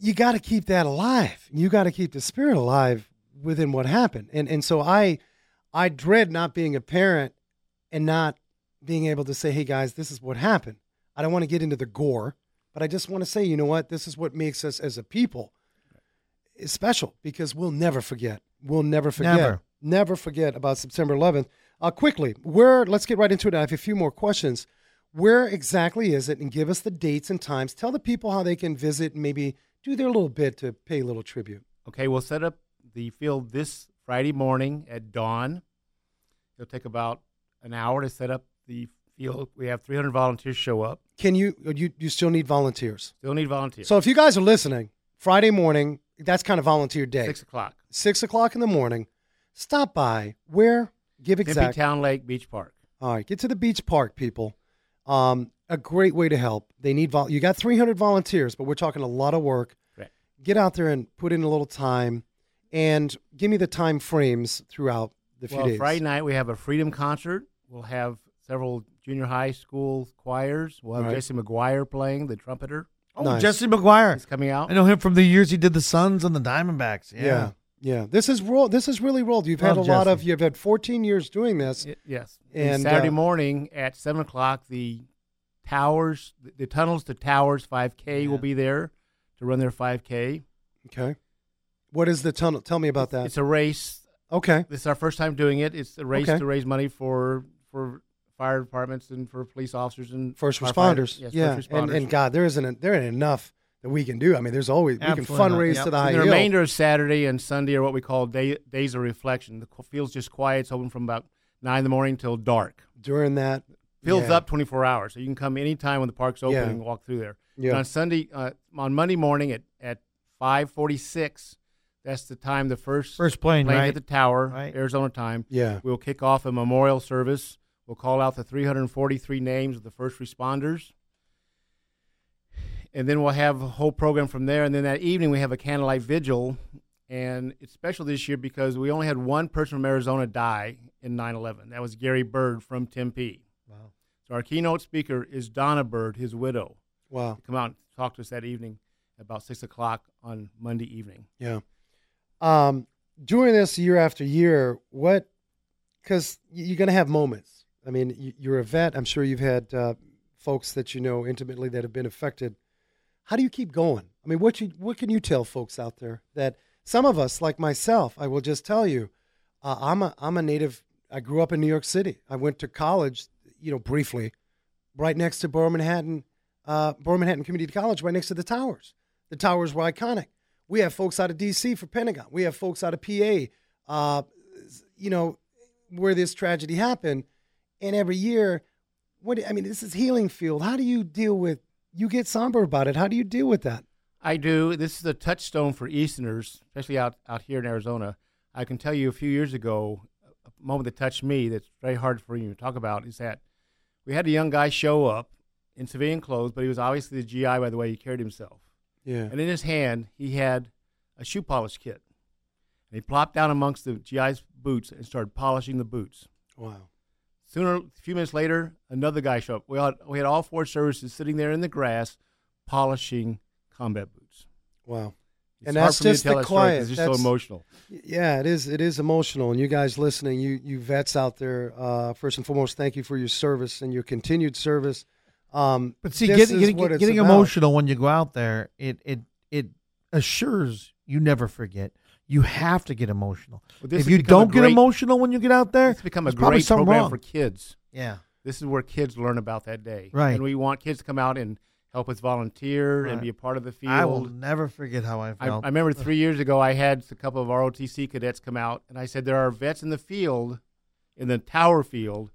C: you got to keep that alive. You got to keep the spirit alive within what happened. And and so I I dread not being a parent and not being able to say, "Hey guys, this is what happened." I don't want to get into the gore, but I just want to say, you know what? This is what makes us as a people is special because we'll never forget. We'll never forget.
B: Never.
C: Never forget about September 11th. Uh, quickly, where? Let's get right into it. I have a few more questions. Where exactly is it? And give us the dates and times. Tell the people how they can visit. And maybe do their little bit to pay a little tribute.
D: Okay, we'll set up the field this Friday morning at dawn. It'll take about an hour to set up the field. We have 300 volunteers show up.
C: Can you? You you still need volunteers.
D: Still need volunteers.
C: So if you guys are listening, Friday morning, that's kind of volunteer day.
D: six o'clock.
C: Six o'clock in the morning. Stop by. Where? Give
D: Tempe
C: exact.
D: Town Lake Beach Park.
C: All right, get to the beach park, people. Um, a great way to help. They need vol. You got 300 volunteers, but we're talking a lot of work.
D: Correct.
C: Get out there and put in a little time, and give me the time frames throughout the few
D: Well,
C: days.
D: Friday night we have a freedom concert. We'll have several junior high school choirs. We'll have
C: Right.
D: Jesse McGuire playing the trumpeter.
B: Oh,
C: Nice.
B: Jesse McGuire.
D: He's coming out.
B: I know him from the years he did the Suns and the Diamondbacks. Yeah.
C: yeah. yeah, This is roll. This is really rolled. You've had a
B: Love
C: lot
B: Jesse.
C: of. You've had 14 years doing this.
D: Y- yes.
C: And,
D: Saturday
C: uh,
D: morning at seven o'clock, the towers, the tunnels to towers 5K will be there to run their 5K.
C: Okay. What is the tunnel? Tell me about that.
D: It's a race.
C: okay.
D: This is our first time doing it. It's a race
C: Okay.
D: to raise money for for fire departments and for police officers and
C: First
D: firefighters.
C: responders.
D: Yes,
C: yeah.
D: first
C: and,
D: responders.
C: and God, there isn't. A, there ain't enough that we can do. I mean, there's always we
B: Absolutely not.
C: can fundraise
B: Yep.
C: to the high
D: And the
C: hill.
D: remainder of Saturday and Sunday are what we call day, days of reflection. The qu- field's just quiet. It's open from about nine in the morning till dark.
C: during that.
D: Field's
C: yeah.
D: up 24 hours, so you can come anytime when the park's open
C: Yeah.
D: and walk through there.
C: Yeah.
D: And on Sunday, uh, on Monday morning at at 5:46, that's the time the first
B: First plane,
D: plane
B: right?
D: hit the tower,
B: Right.
D: Arizona time.
C: Yeah.
D: We'll kick off a memorial service. We'll call out the 343 names of the first responders. And then we'll have a whole program from there. And then that evening, we have a candlelight vigil. And it's special this year because we only had one person from Arizona die in 9 11. That was Gary Bird from Tempe.
B: Wow.
D: So our keynote speaker is Donna Bird, his widow.
C: Wow.
D: Come out and talk to us that evening about 6 o'clock on Monday evening.
C: Yeah. Um, doing this year after year, what? Because you're going to have moments. I mean, you- you're a vet. I'm sure you've had uh, folks that you know intimately that have been affected. How do you keep going? I mean, what you what can you tell folks out there that some of us, like myself, I will just tell you, uh, I'm a I'm a native. I grew up in New York City. I went to college, you know, briefly, right next to Borough Manhattan, uh, Borough Manhattan Community College, right next to the towers. The towers were iconic. We have folks out of D.C. for Pentagon. We have folks out of PA. Uh, you know, where this tragedy happened, and every year, what I mean, this is healing field. How do you deal with? You get somber about it. How do you deal with that?
D: I do. This is a touchstone for Easterners, especially out, out here in Arizona. I can tell you a few years ago, a moment that touched me that's very hard for you to talk about is that we had a young guy show up in civilian clothes, but he was obviously the GI by the way he carried himself.
C: Yeah.
D: And in his hand, he had a shoe polish kit. And he plopped down amongst the GI's boots and started polishing the boots.
C: Wow.
D: Sooner, a few minutes later, another guy showed up. We had, we had all four services sitting there in the grass polishing combat boots.
C: Wow.
D: It's
C: And
D: hard
C: that's
D: for me to
C: just
D: tell
C: the
D: that story 'cause
C: quiet.
D: It's just
C: That's-
D: so emotional.
C: Yeah, it is. It is emotional. And you guys listening, you you vets out there, uh, first and foremost, thank you for your service and your continued service. Um,
B: But see,
C: this
B: getting
C: is
B: getting,
C: what it's
B: getting
C: about.
B: emotional when you go out there, it it it assures you never forget. You have to get emotional.
D: Well, this
B: if
D: has
B: you
D: become a
B: don't get
D: great-
B: emotional when you get out there,
D: It's become a
B: there's probably
D: great
B: something
D: program
B: wrong.
D: for kids.
B: yeah.
D: This is where kids learn about that day.
B: Right.
D: And we want kids to come out and help us volunteer and
B: Right.
D: be a part of the field.
B: I will never forget how I
D: I,
B: felt.
D: I remember three years ago, I had a couple of ROTC cadets come out, and I said, There are vets in the field, in the tower field,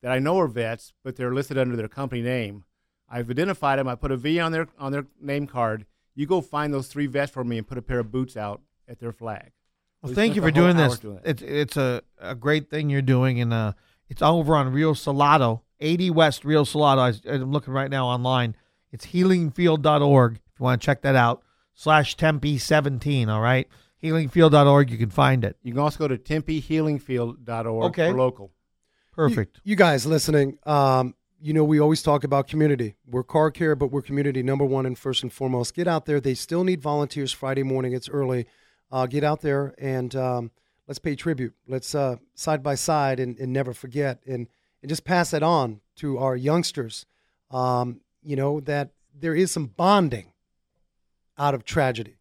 D: that I know are vets, but they're listed under their company name. I've identified them. I put a V on their, on their name card. You go find those three vets for me and put a pair of boots out at their flag.
B: Well,
D: We
B: thank
D: spent
B: you
D: the
B: for
D: whole
B: doing
D: hour
B: this.
D: doing it.
B: It's it's a, a great thing you're doing, and uh, it's over on Rio Salado, 80 West Rio Salado. I, s- I'm looking right now online. It's healingfield.org if you want to check that out. Slash Tempe 17. All right, healingfield.org. You can find it.
D: You can also go to TempeHealingField.org
B: Okay.
D: for local.
B: Perfect.
C: You, you guys listening, um, you know, we always talk about community. We're car care, but we're community number one and first and foremost. Get out there. They still need volunteers Friday morning. It's early. Uh, get out there and um, let's pay tribute. Let's uh, side by side and, and never forget and, and just pass it on to our youngsters. Um, you know, that there is some bonding out of tragedy.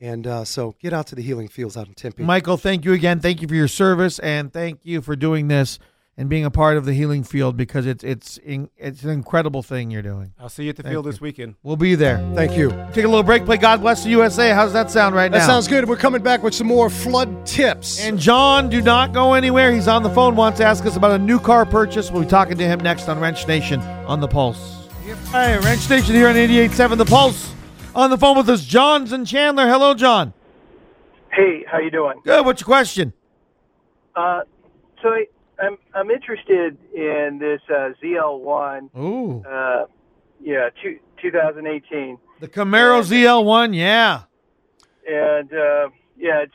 C: And uh, so get out to the healing fields out in Tempe.
B: Michael, thank you again. Thank you for your service, and thank you for doing this and being a part of the healing field because it's it's in, it's an incredible thing you're doing.
D: I'll see you at the
B: Thank
D: field
B: you.
D: this weekend.
B: We'll be there.
C: Thank you.
B: Take a little break. Play God Bless the USA. How's that sound right
C: That
B: now?
C: sounds good. We're coming back with some more flood tips.
B: And John, do not go anywhere. He's on the phone, wants to ask us about a new car purchase. We'll be talking to him next on Wrench Nation on The Pulse. Hi, Wrench Nation here on 88.7 The Pulse. On the phone with us, John's and Chandler. Hello, John.
E: Hey, how you doing?
B: Good. What's your question?
E: Uh, so I, I'm I'm interested in this uh, ZL1,
B: Ooh.
E: uh, yeah, two, 2018,
B: The Camaro ZL1, yeah.
E: and uh, yeah, it's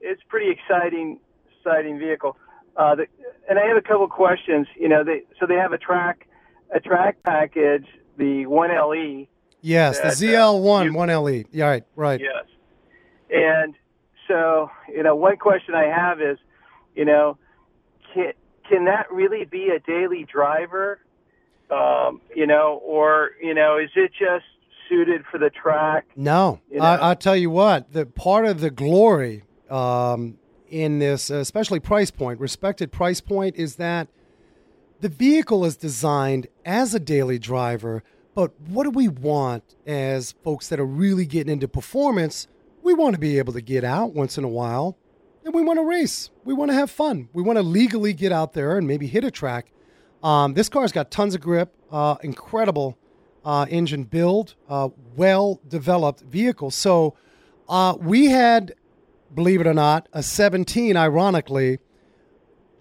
E: it's pretty exciting exciting vehicle. Uh, the, and I have a couple questions. You know, they so they have a track a track package, the E, 1LE.
C: Yes, the
E: that, uh,
C: ZL1,
E: you-
C: 1LE. E. Yeah, right, right.
E: Yes. And so, you know, one question I have is, you know, can can that really be a daily driver? Um, you know, or you know, is it just suited for the track?
C: No,
E: You know?
C: I, I'll tell you what, the part of the glory um, in this, especially price point, respected price point, is that the vehicle is designed as a daily driver. But what do we want as folks that are really getting into performance? We want to be able to get out once in a while and we want to race. We want to have fun. We want to legally get out there and maybe hit a track. Um, this car's got tons of grip, uh, incredible uh, engine build, uh, well developed vehicle. So uh, we had, believe it or not, a 17, ironically,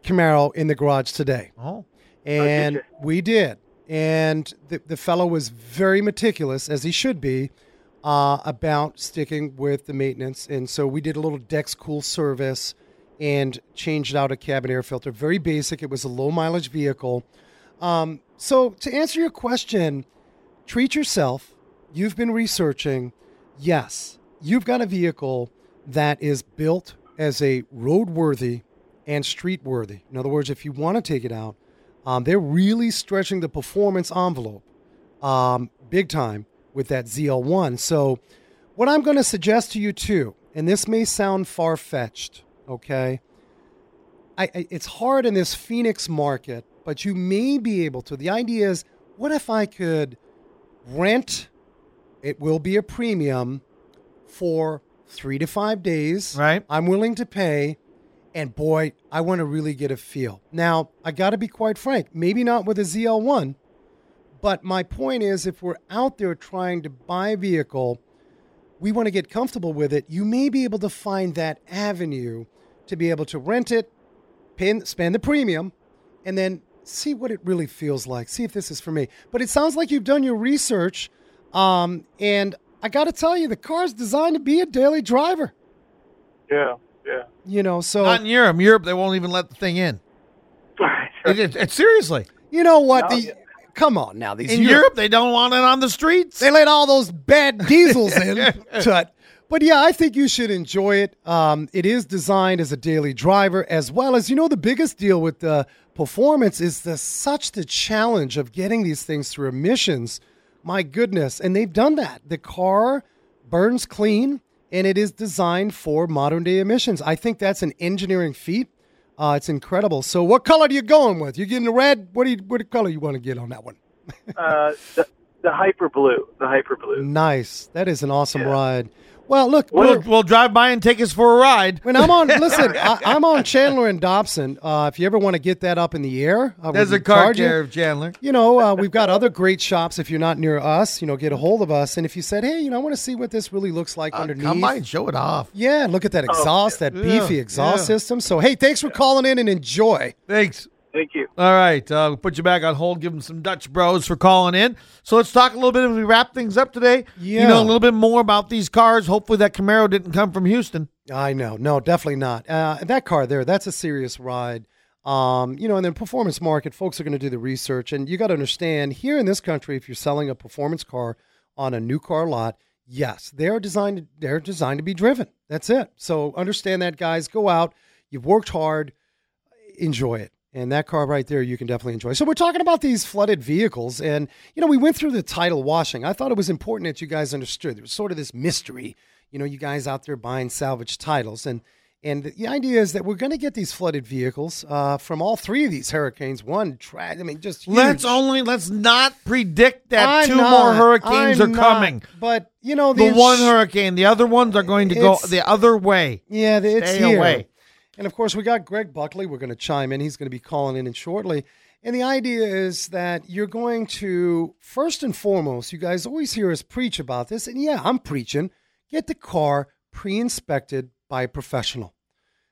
C: Camaro in the garage today
B: Oh.
C: and we did. And the, the fellow was very meticulous, as he should be, uh, about sticking with the maintenance. And so we did a little Dex Cool service and changed out a cabin air filter. Very basic. It was a low mileage vehicle. Um, so to answer your question, treat yourself. You've been researching. Yes, you've got a vehicle that is built as a roadworthy and streetworthy. In other words, if you want to take it out, um, they're really stretching the performance envelope um, big time with that ZL1. So, what I'm going to suggest to you too, and this may sound far fetched, okay? I, I, it's hard in this Phoenix market, but you may be able to. The idea is, what if I could rent? It will be a premium for three to five days.
B: Right.
C: I'm willing to pay, and boy, I want to really get a feel. Now, I got to be quite frank. Maybe not with a ZL1, but my point is, if we're out there trying to buy a vehicle, we want to get comfortable with it. You may be able to find that avenue to be able to rent it, pin, spend the premium, and then see what it really feels like. See if this is for me. But it sounds like you've done your research, um, and I got to tell you, the car's designed to be a daily driver.
E: Yeah, yeah.
C: You know, so
B: Not in Europe. Europe, they won't even let the thing in. It, it, it- seriously.
C: you know what?
E: No,
C: the
E: yeah.
C: come on now, these
B: In Europe, they don't want it on the streets.
C: They let all those bad diesels in, tut. But yeah, I think you should enjoy it. Um, it is designed as a daily driver, as well as you know the biggest deal with the performance is the such the challenge of getting these things through emissions. My goodness, and they've done that. The car burns clean, and it is designed for modern day emissions. I think that's an engineering feat. Uh, it's incredible. So, what color are you going with? You getting the red? What do you, what color you want to get on that one?
E: Uh, the, the hyper blue, the hyper blue.
C: Nice. That is an awesome ride. Well, look,
B: We'll,
C: we're-
B: we'll drive by and take us for a ride.
C: when I'm on, listen, I, I'm on Chandler and Dobson. Uh, if you ever want to get that up in the air, uh, we
B: There's a
C: can
B: car
C: charge you.
B: care of Chandler.
C: You know, uh, we've got other great shops. If you're not near us, you know, get a hold of us. And if you said, hey, you know, I want to see what this really looks like underneath.
B: Uh, Come by and show it off.
C: Yeah, look at that exhaust, that beefy
B: Yeah,
C: exhaust
B: yeah.
C: system. So, hey, thanks for calling in and enjoy.
B: Thanks.
E: Thank you.
B: All right, uh, we'll put you back on hold. Give them some Dutch bros for calling in. So let's talk a little bit as we wrap things up today.
C: Yeah.
B: You know, a little bit more about these cars. Hopefully that Camaro didn't come from Houston.
C: I know. No, definitely not. Uh, that car there, that's a serious ride. Um, you know, and then performance market, folks are going to do the research. And you got to understand here in this country, if you're selling a performance car on a new car lot, yes, they're designed, they're designed to be driven. That's it. So understand that, guys. Go out. You've worked hard enjoy it. And that car right there, you can definitely enjoy. So we're talking about these flooded vehicles, and you know we went through the title washing. I thought it was important that you guys understood there was sort of this mystery. You know, you guys out there buying salvage titles, and and the idea is that we're going to get these flooded vehicles uh, from all three of these hurricanes. One track, I mean, just huge.
B: Let's only let's not predict that
C: I'm
B: two
C: not-
B: more hurricanes
C: I'm
B: are
C: not,
B: coming.
C: but you know
B: The
C: ins-
B: one hurricane, the other ones are going to go
C: It's-
B: the other way.
C: Yeah, the, it's
B: Stay
C: here.
B: away.
C: And of course, we got Greg Buckley. We're going to chime in. He's going to be calling in, in shortly. And the idea is that you're going to, first and foremost, you guys always hear us preach about this. And yeah, I'm preaching. Get the car pre inspected by a professional.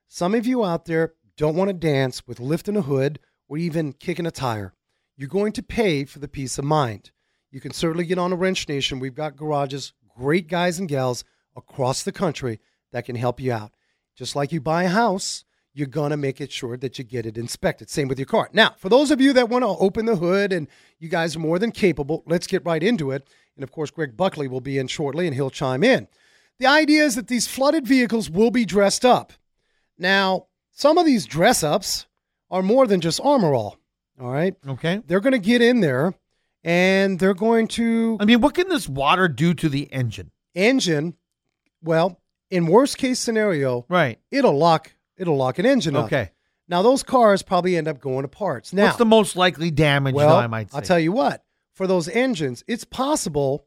C: Some of you out there don't want to dance with lifting a hood or even kicking a tire. You're going to pay for the peace of mind. You can certainly get on a Wrench Nation. We've got garages, great guys and gals across the country that can help you out. Just like you buy a house, you're going to make it sure that you get it inspected. Same with your car. Now, for those of you that want to open the hood and you guys are more than capable, let's get right into it. And of course, Greg Buckley will be in shortly and he'll chime in. The idea is that these flooded vehicles will be dressed up. Now, some of these dress ups are more than just armor all. All right.
B: Okay.
C: They're going to get in there and they're going to
B: I mean, what can this water do to the engine?
C: engine. Well, in worst case scenario,
B: Right.
C: it'll lock it'll lock an engine up.
B: Okay.
C: Now those cars probably end up going to parts. Now
B: What's the most likely damage
C: well,
B: though, I might say?
C: will tell you what. For those engines, it's possible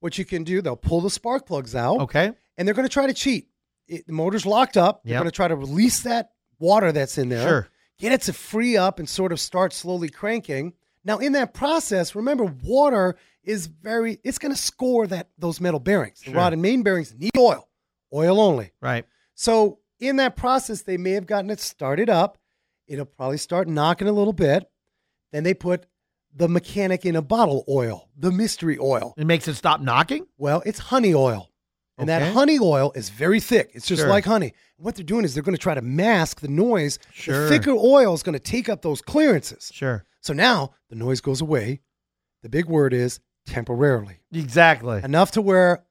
C: what you can do, they'll pull the spark plugs out
B: Okay.
C: and they're going to try to cheat. It, the motor's locked up. They're
B: Yep.
C: going to try to release that water that's in there.
B: Sure.
C: Get it to free up and sort of start slowly cranking. Now, in that process, remember, water is very, it's going to score that those metal bearings. The rod and main bearings need oil, oil only.
B: Right.
C: So in that process, they may have gotten it started up. It'll probably start knocking a little bit. Then they put the mechanic in a bottle oil, the mystery oil.
B: It makes it stop knocking?
C: Well, it's honey oil. And
B: Okay.
C: that honey oil is very thick. It's just
B: Sure.
C: like honey. What they're doing is they're going to try to mask the noise.
B: Sure.
C: The thicker oil is going to take up those clearances.
B: Sure.
C: So now the noise goes away. The big word is temporarily.
B: Exactly.
C: Enough to where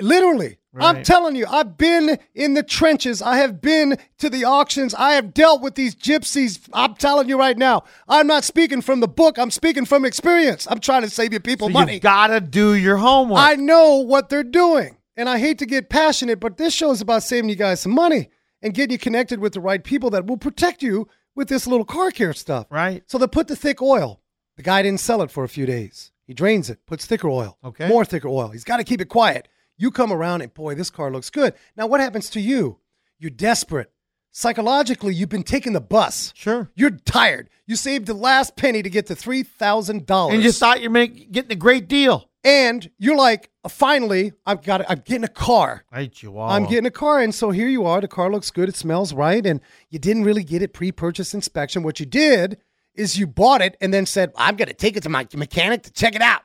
C: literally I'm telling you, I've been in the trenches. I have been to the auctions. I have dealt with these gypsies. I'm telling you right now, I'm not speaking from the book. I'm speaking from experience. I'm trying to save you people
B: So
C: money.
B: You've got to do your homework.
C: I know what they're doing. And I hate to get passionate, but this show is about saving you guys some money and getting you connected with the right people that will protect you with this little car care stuff.
B: Right.
C: So they put the thick oil. The guy didn't sell it for a few days. He drains it, puts thicker oil.
B: Okay.
C: More thicker oil. He's got to keep it quiet. You come around and boy, this car looks good. Now what happens to you? You're desperate. Psychologically, you've been taking the bus.
B: Sure.
C: You're tired. You saved the last penny to get to three thousand dollars
B: and you just thought you're make, getting a great deal.
C: and you're like, finally, I've got, I'm getting a car.
B: Hey, Chihuahua.
C: I'm getting a car, and so here you are. The car looks good, it smells right, and you didn't really get it pre-purchase inspection. What you did is you bought it and then said, "I'm going to take it to my mechanic to check it out."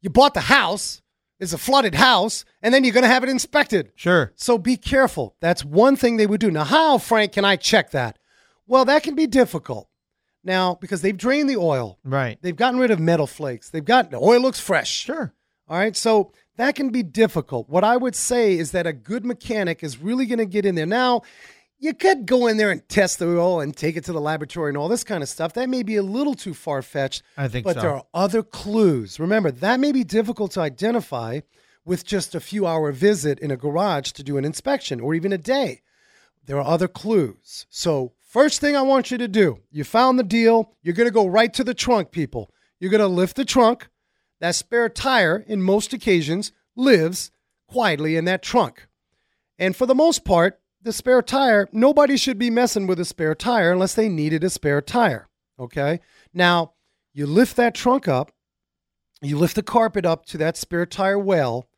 C: You bought the house, it's a flooded house, and then you're going to have it inspected.
B: Sure.
C: So be careful. That's one thing they would do. Now, how, Frank, can I check that? Well, that can be difficult. Now, because they've drained the oil,
B: Right.
C: they've gotten rid of metal flakes, they've gotten the oil looks fresh.
B: Sure.
C: All right. So that can be difficult. What I would say is that a good mechanic is really going to get in there. Now, you could go in there and test the oil and take it to the laboratory and all this kind of stuff. That may be a little too far fetched.
B: I think
C: But
B: so.
C: there are other clues. Remember, that may be difficult to identify with just a few hour visit in a garage to do an inspection or even a day. There are other clues. So, first thing I want you to do, you found the deal. You're going to go right to the trunk, people. You're going to lift the trunk. That spare tire, in most occasions, lives quietly in that trunk. And for the most part, the spare tire, nobody should be messing with a spare tire unless they needed a spare tire. Okay. Now, you lift that trunk up, you lift the carpet up to that spare tire well.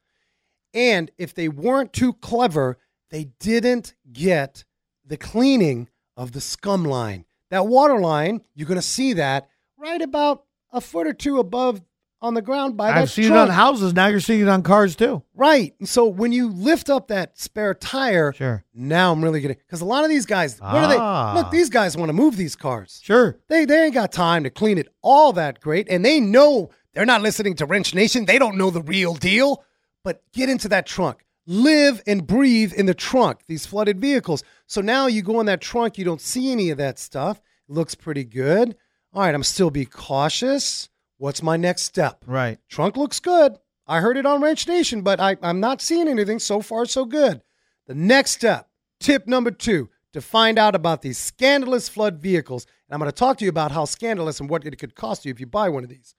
C: And if they weren't too clever, they didn't get the cleaning of the scum line. That water line, you're going to see that right about a foot or two above on the ground by that
B: I've seen it on
C: trunk.
B: houses. Now you're seeing it on cars too.
C: Right. And so when you lift up that spare tire,
B: Sure.
C: now I'm really getting because a lot of these guys, what are
B: Ah.
C: they? Look, these guys want to move these cars.
B: Sure.
C: They they ain't got time to clean it all that great, and they know they're not listening to Wrench Nation. They don't know the real deal. But get into that trunk. Live and breathe in the trunk, these flooded vehicles. So now you go in that trunk, you don't see any of that stuff. Looks pretty good. All right, I'm still be cautious. What's my next step?
B: Right.
C: Trunk looks good. I heard it on Ranch Nation, but I, I'm not seeing anything so far so good. The next step, tip number two, to find out about these scandalous flood vehicles. And I'm going to talk to you about how scandalous and what it could cost you if you buy one of these.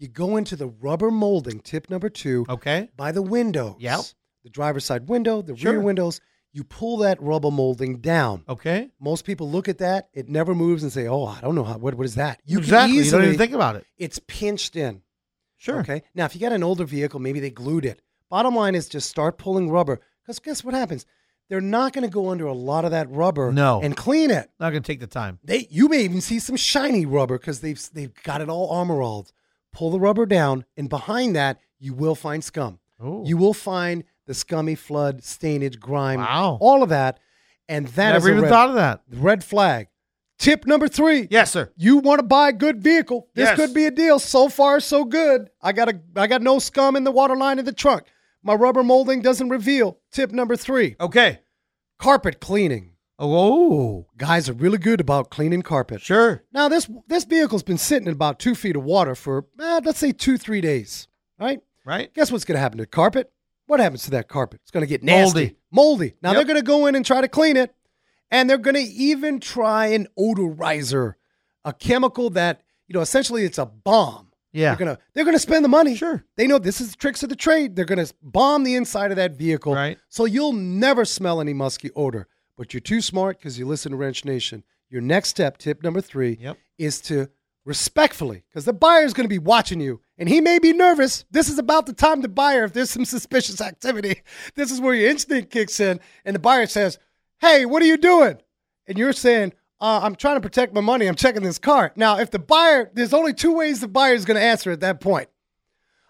C: You go into the rubber molding, tip number two,
B: Okay.
C: by the windows.
B: Oh. Yep.
C: The driver's side window, the
B: Sure. Oh.
C: rear windows. You pull that rubber molding down.
B: Okay.
C: Most people look at that, it never moves and say, oh, I don't know how, what, what is that? You
B: exactly.
C: can easily,
B: you don't even think about it.
C: it's pinched in.
B: Sure.
C: Okay. Now, if you got an older vehicle, maybe they glued it. Bottom line is just start pulling rubber because guess what happens? They're not going to go under a lot of that rubber
B: No.
C: and clean it.
B: Not gonna take the time.
C: They you may even see some shiny rubber because they've they've got it all armoralled. Pull the rubber down, and behind that you will find scum.
B: Ooh.
C: You will find the scummy flood, stainage, grime,
B: Wow.
C: all of that, and that is
B: Never
C: a
B: even
C: red,
B: thought of that.
C: red flag. Tip number three
B: Yes, sir.
C: you want to buy a good vehicle. This
B: Yes.
C: could be a deal. So far, so good. I got a I got no scum in the water line of the trunk. My rubber molding doesn't reveal. Tip number three:
B: Okay.
C: carpet cleaning.
B: Oh,
C: Guys are really good about cleaning carpet.
B: sure.
C: Now this this vehicle's been sitting in about two feet of water for eh, let's say two three days. All right.
B: Right.
C: Guess what's going to happen to the carpet? What happens to that carpet? It's going to get nasty,
B: Moldy.
C: moldy. Now
B: Yep.
C: they're going to go in and try to clean it, and they're going to even try an odorizer, a chemical that you know essentially it's a bomb.
B: Yeah.
C: They're gonna they're gonna spend the money.
B: Sure.
C: They know this is the tricks of the trade. They're gonna bomb the inside of that vehicle.
B: Right.
C: So you'll never smell any musky odor. But you're too smart because you listen to Wrench Nation. Your next step, tip number three,
B: Yep.
C: is to respectfully, because the buyer's gonna be watching you and he may be nervous. This is about the time to buyer, if there's some suspicious activity, this is where your instinct kicks in, and the buyer says, Hey, what are you doing? and you're saying, uh, I'm trying to protect my money. I'm checking this car. Now, if the buyer, there's only two ways the buyer is going to answer at that point.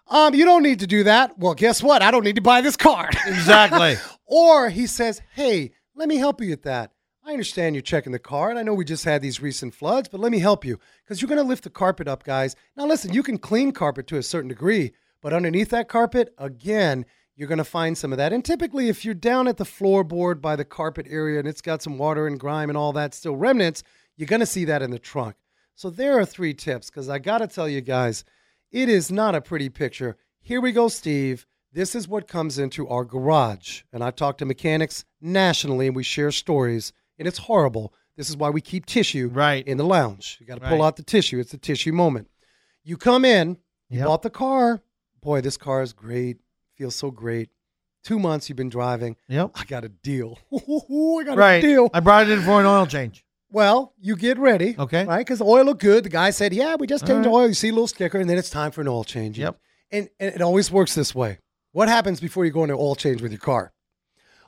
C: Um, you don't need to do that. Well, guess what? I don't need to buy this car.
B: Exactly.
C: or he says, Hey, let me help you with that. I understand you're checking the car, and I know we just had these recent floods, but let me help you because you're going to lift the carpet up, guys. Now, listen, you can clean carpet to a certain degree, but underneath that carpet, again, you're going to find some of that. And typically, if you're down at the floorboard by the carpet area and it's got some water and grime and all that still remnants, you're going to see that in the trunk. So there are three tips because I got to tell you guys, it is not a pretty picture. Here we go, Steve. This is what comes into our garage. And I've talked to mechanics nationally and we share stories, and it's horrible. This is why we keep tissue
B: Right.
C: in the lounge. You got to pull
B: Right.
C: out the tissue. It's a tissue moment. You come in, you
B: Yep.
C: bought the car. Boy, this car is great. Feels so great. Two months you've been driving.
B: Yep.
C: I got a deal. I got
B: Right.
C: a deal.
B: I brought it in for an oil change.
C: Well, you get ready.
B: Okay.
C: Right? Because the oil looked good. The guy said, Yeah, we just
B: All
C: changed the
B: right.
C: oil. You see a little sticker, and then it's time for an oil change.
B: Yep.
C: And, and it always works this way. What happens before you go into oil change with your car?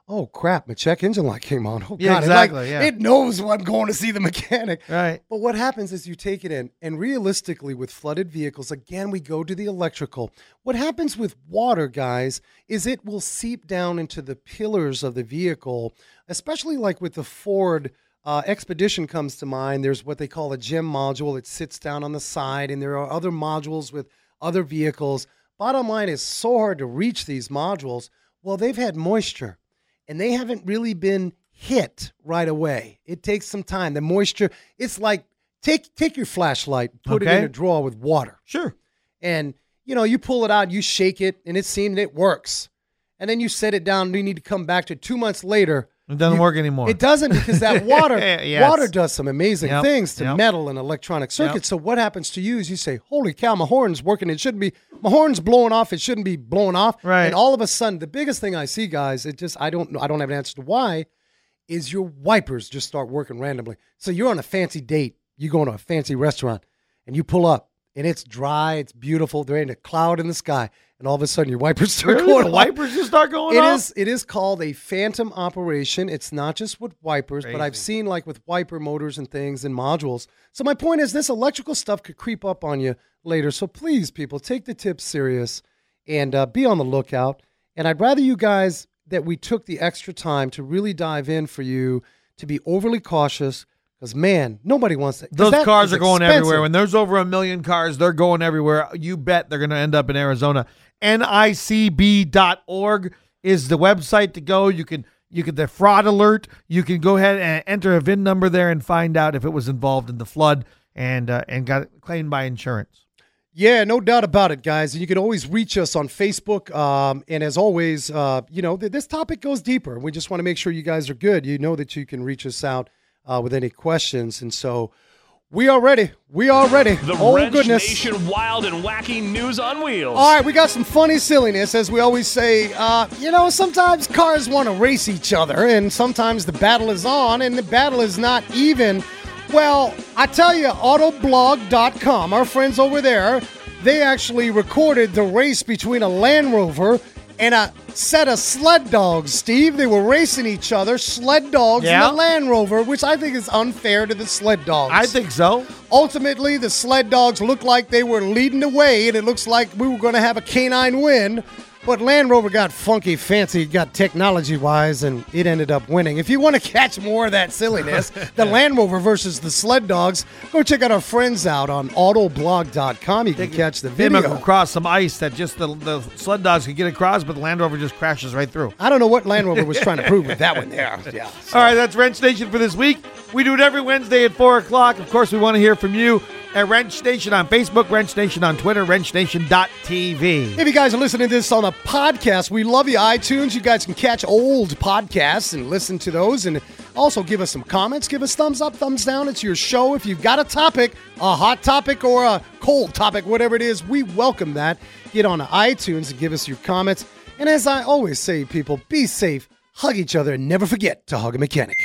C: Oh, crap. My check engine light came on. Oh,
B: Yeah,
C: God. It, like,
B: exactly, yeah.
C: It knows I'm going to see the mechanic.
B: Right.
C: But what happens is you take it in, and realistically, with flooded vehicles, again, we go to the electrical. What happens with water, guys, is it will seep down into the pillars of the vehicle, especially like with the Ford. Uh, Expedition comes to mind. There's what they call a gem module. It sits down on the side, and there are other modules with other vehicles. Bottom line is so hard to reach these modules. Well, they've had moisture and they haven't really been hit right away. It takes some time. The moisture, it's like take take your flashlight, put it in
B: Okay.
C: a drawer with water,
B: Sure.
C: and you know, you pull it out, you shake it, and it seems it works. And then you set it down, and you need to come back to it two months later.
B: It doesn't
C: You-
B: work anymore.
C: It doesn't because that water
B: Yes.
C: water does some amazing
B: Yep,
C: things to
B: yep.
C: metal and electronic circuits.
B: Yep.
C: So what happens to you is you say, "Holy cow, my horn's working. It shouldn't be. My horn's blowing off. It shouldn't be blowing off."
B: Right.
C: And all of a sudden, the biggest thing I see, guys, it just I don't know. I don't have an answer to why, is your wipers just start working randomly. So you're on a fancy date. You go to a fancy restaurant, and you pull up, and it's dry. It's beautiful. There ain't a cloud in the sky, and all of a sudden your wipers start
B: Really?
C: going
B: The
C: off.
B: wipers just start going
C: Oh. It
B: off?
C: is. It is called a phantom operation. It's not just with wipers, but I've seen like with wiper motors and things and modules. So my point is, this electrical stuff could creep up on you later. So please, people, take the tips serious and uh, be on the lookout. And I'd rather you guys that we took the extra time to really dive in for you to be overly cautious because man, nobody wants that. 'cause
B: Those
C: that
B: cars
C: is
B: are going
C: expensive.
B: everywhere. When there's over a million cars, they're going everywhere. You bet they're going to end up in Arizona. NICB.org is the website to go. You can you can the fraud alert. You can go ahead and enter a VIN number there and find out if it was involved in the flood and uh, and got claimed by insurance.
C: Yeah, no doubt about it, guys. And you can always reach us on Facebook. Um, and as always, uh, you know, th- this topic goes deeper. We just want to make sure you guys are good. You know that you can reach us out uh, with any questions. And so we are ready. We are ready.
A: The
C: oh,
A: Wrench
C: goodness.
A: Nation Wild and Wacky News on Wheels.
C: All right, we got some funny silliness, as we always say. Uh, you know, sometimes cars want to race each other, and sometimes the battle is on, and the battle is not even. Well, I tell you, Autoblog.com, our friends over there, they actually recorded the race between a Land Rover and a set of sled dogs. Steve, they were racing each other, sled dogs
B: Yeah.
C: and the Land Rover, which I think is unfair to the sled dogs.
B: I think so.
C: Ultimately, the sled dogs looked like they were leading the way, and it looks like we were going to have a canine win. But Land Rover got funky, fancy, got technology wise, and it ended up winning. If you want to catch more of that silliness, the Land Rover versus the sled dogs, go check out our friends out on autoblog.com. You can catch the
B: They might
C: video.
B: across some ice that just the, the sled dogs could get across, but the Land Rover just crashes right through.
C: I don't know what Land Rover was trying to prove with that one there. Yeah.
B: All right, that's Wrench Nation for this week. We do it every Wednesday at 4 o'clock. Of course, we want to hear from you at Wrench Nation on Facebook, Wrench Nation on Twitter, wrenchnation.tv.
C: If you guys are listening to this on a podcast, we love you, iTunes. You guys can catch old podcasts and listen to those. And also give us some comments. Give us thumbs up, thumbs down. It's your show. If you've got a topic, a hot topic or a cold topic, whatever it is, we welcome that. Get on iTunes and give us your comments. And as I always say, people, be safe, hug each other, and never forget to hug a mechanic.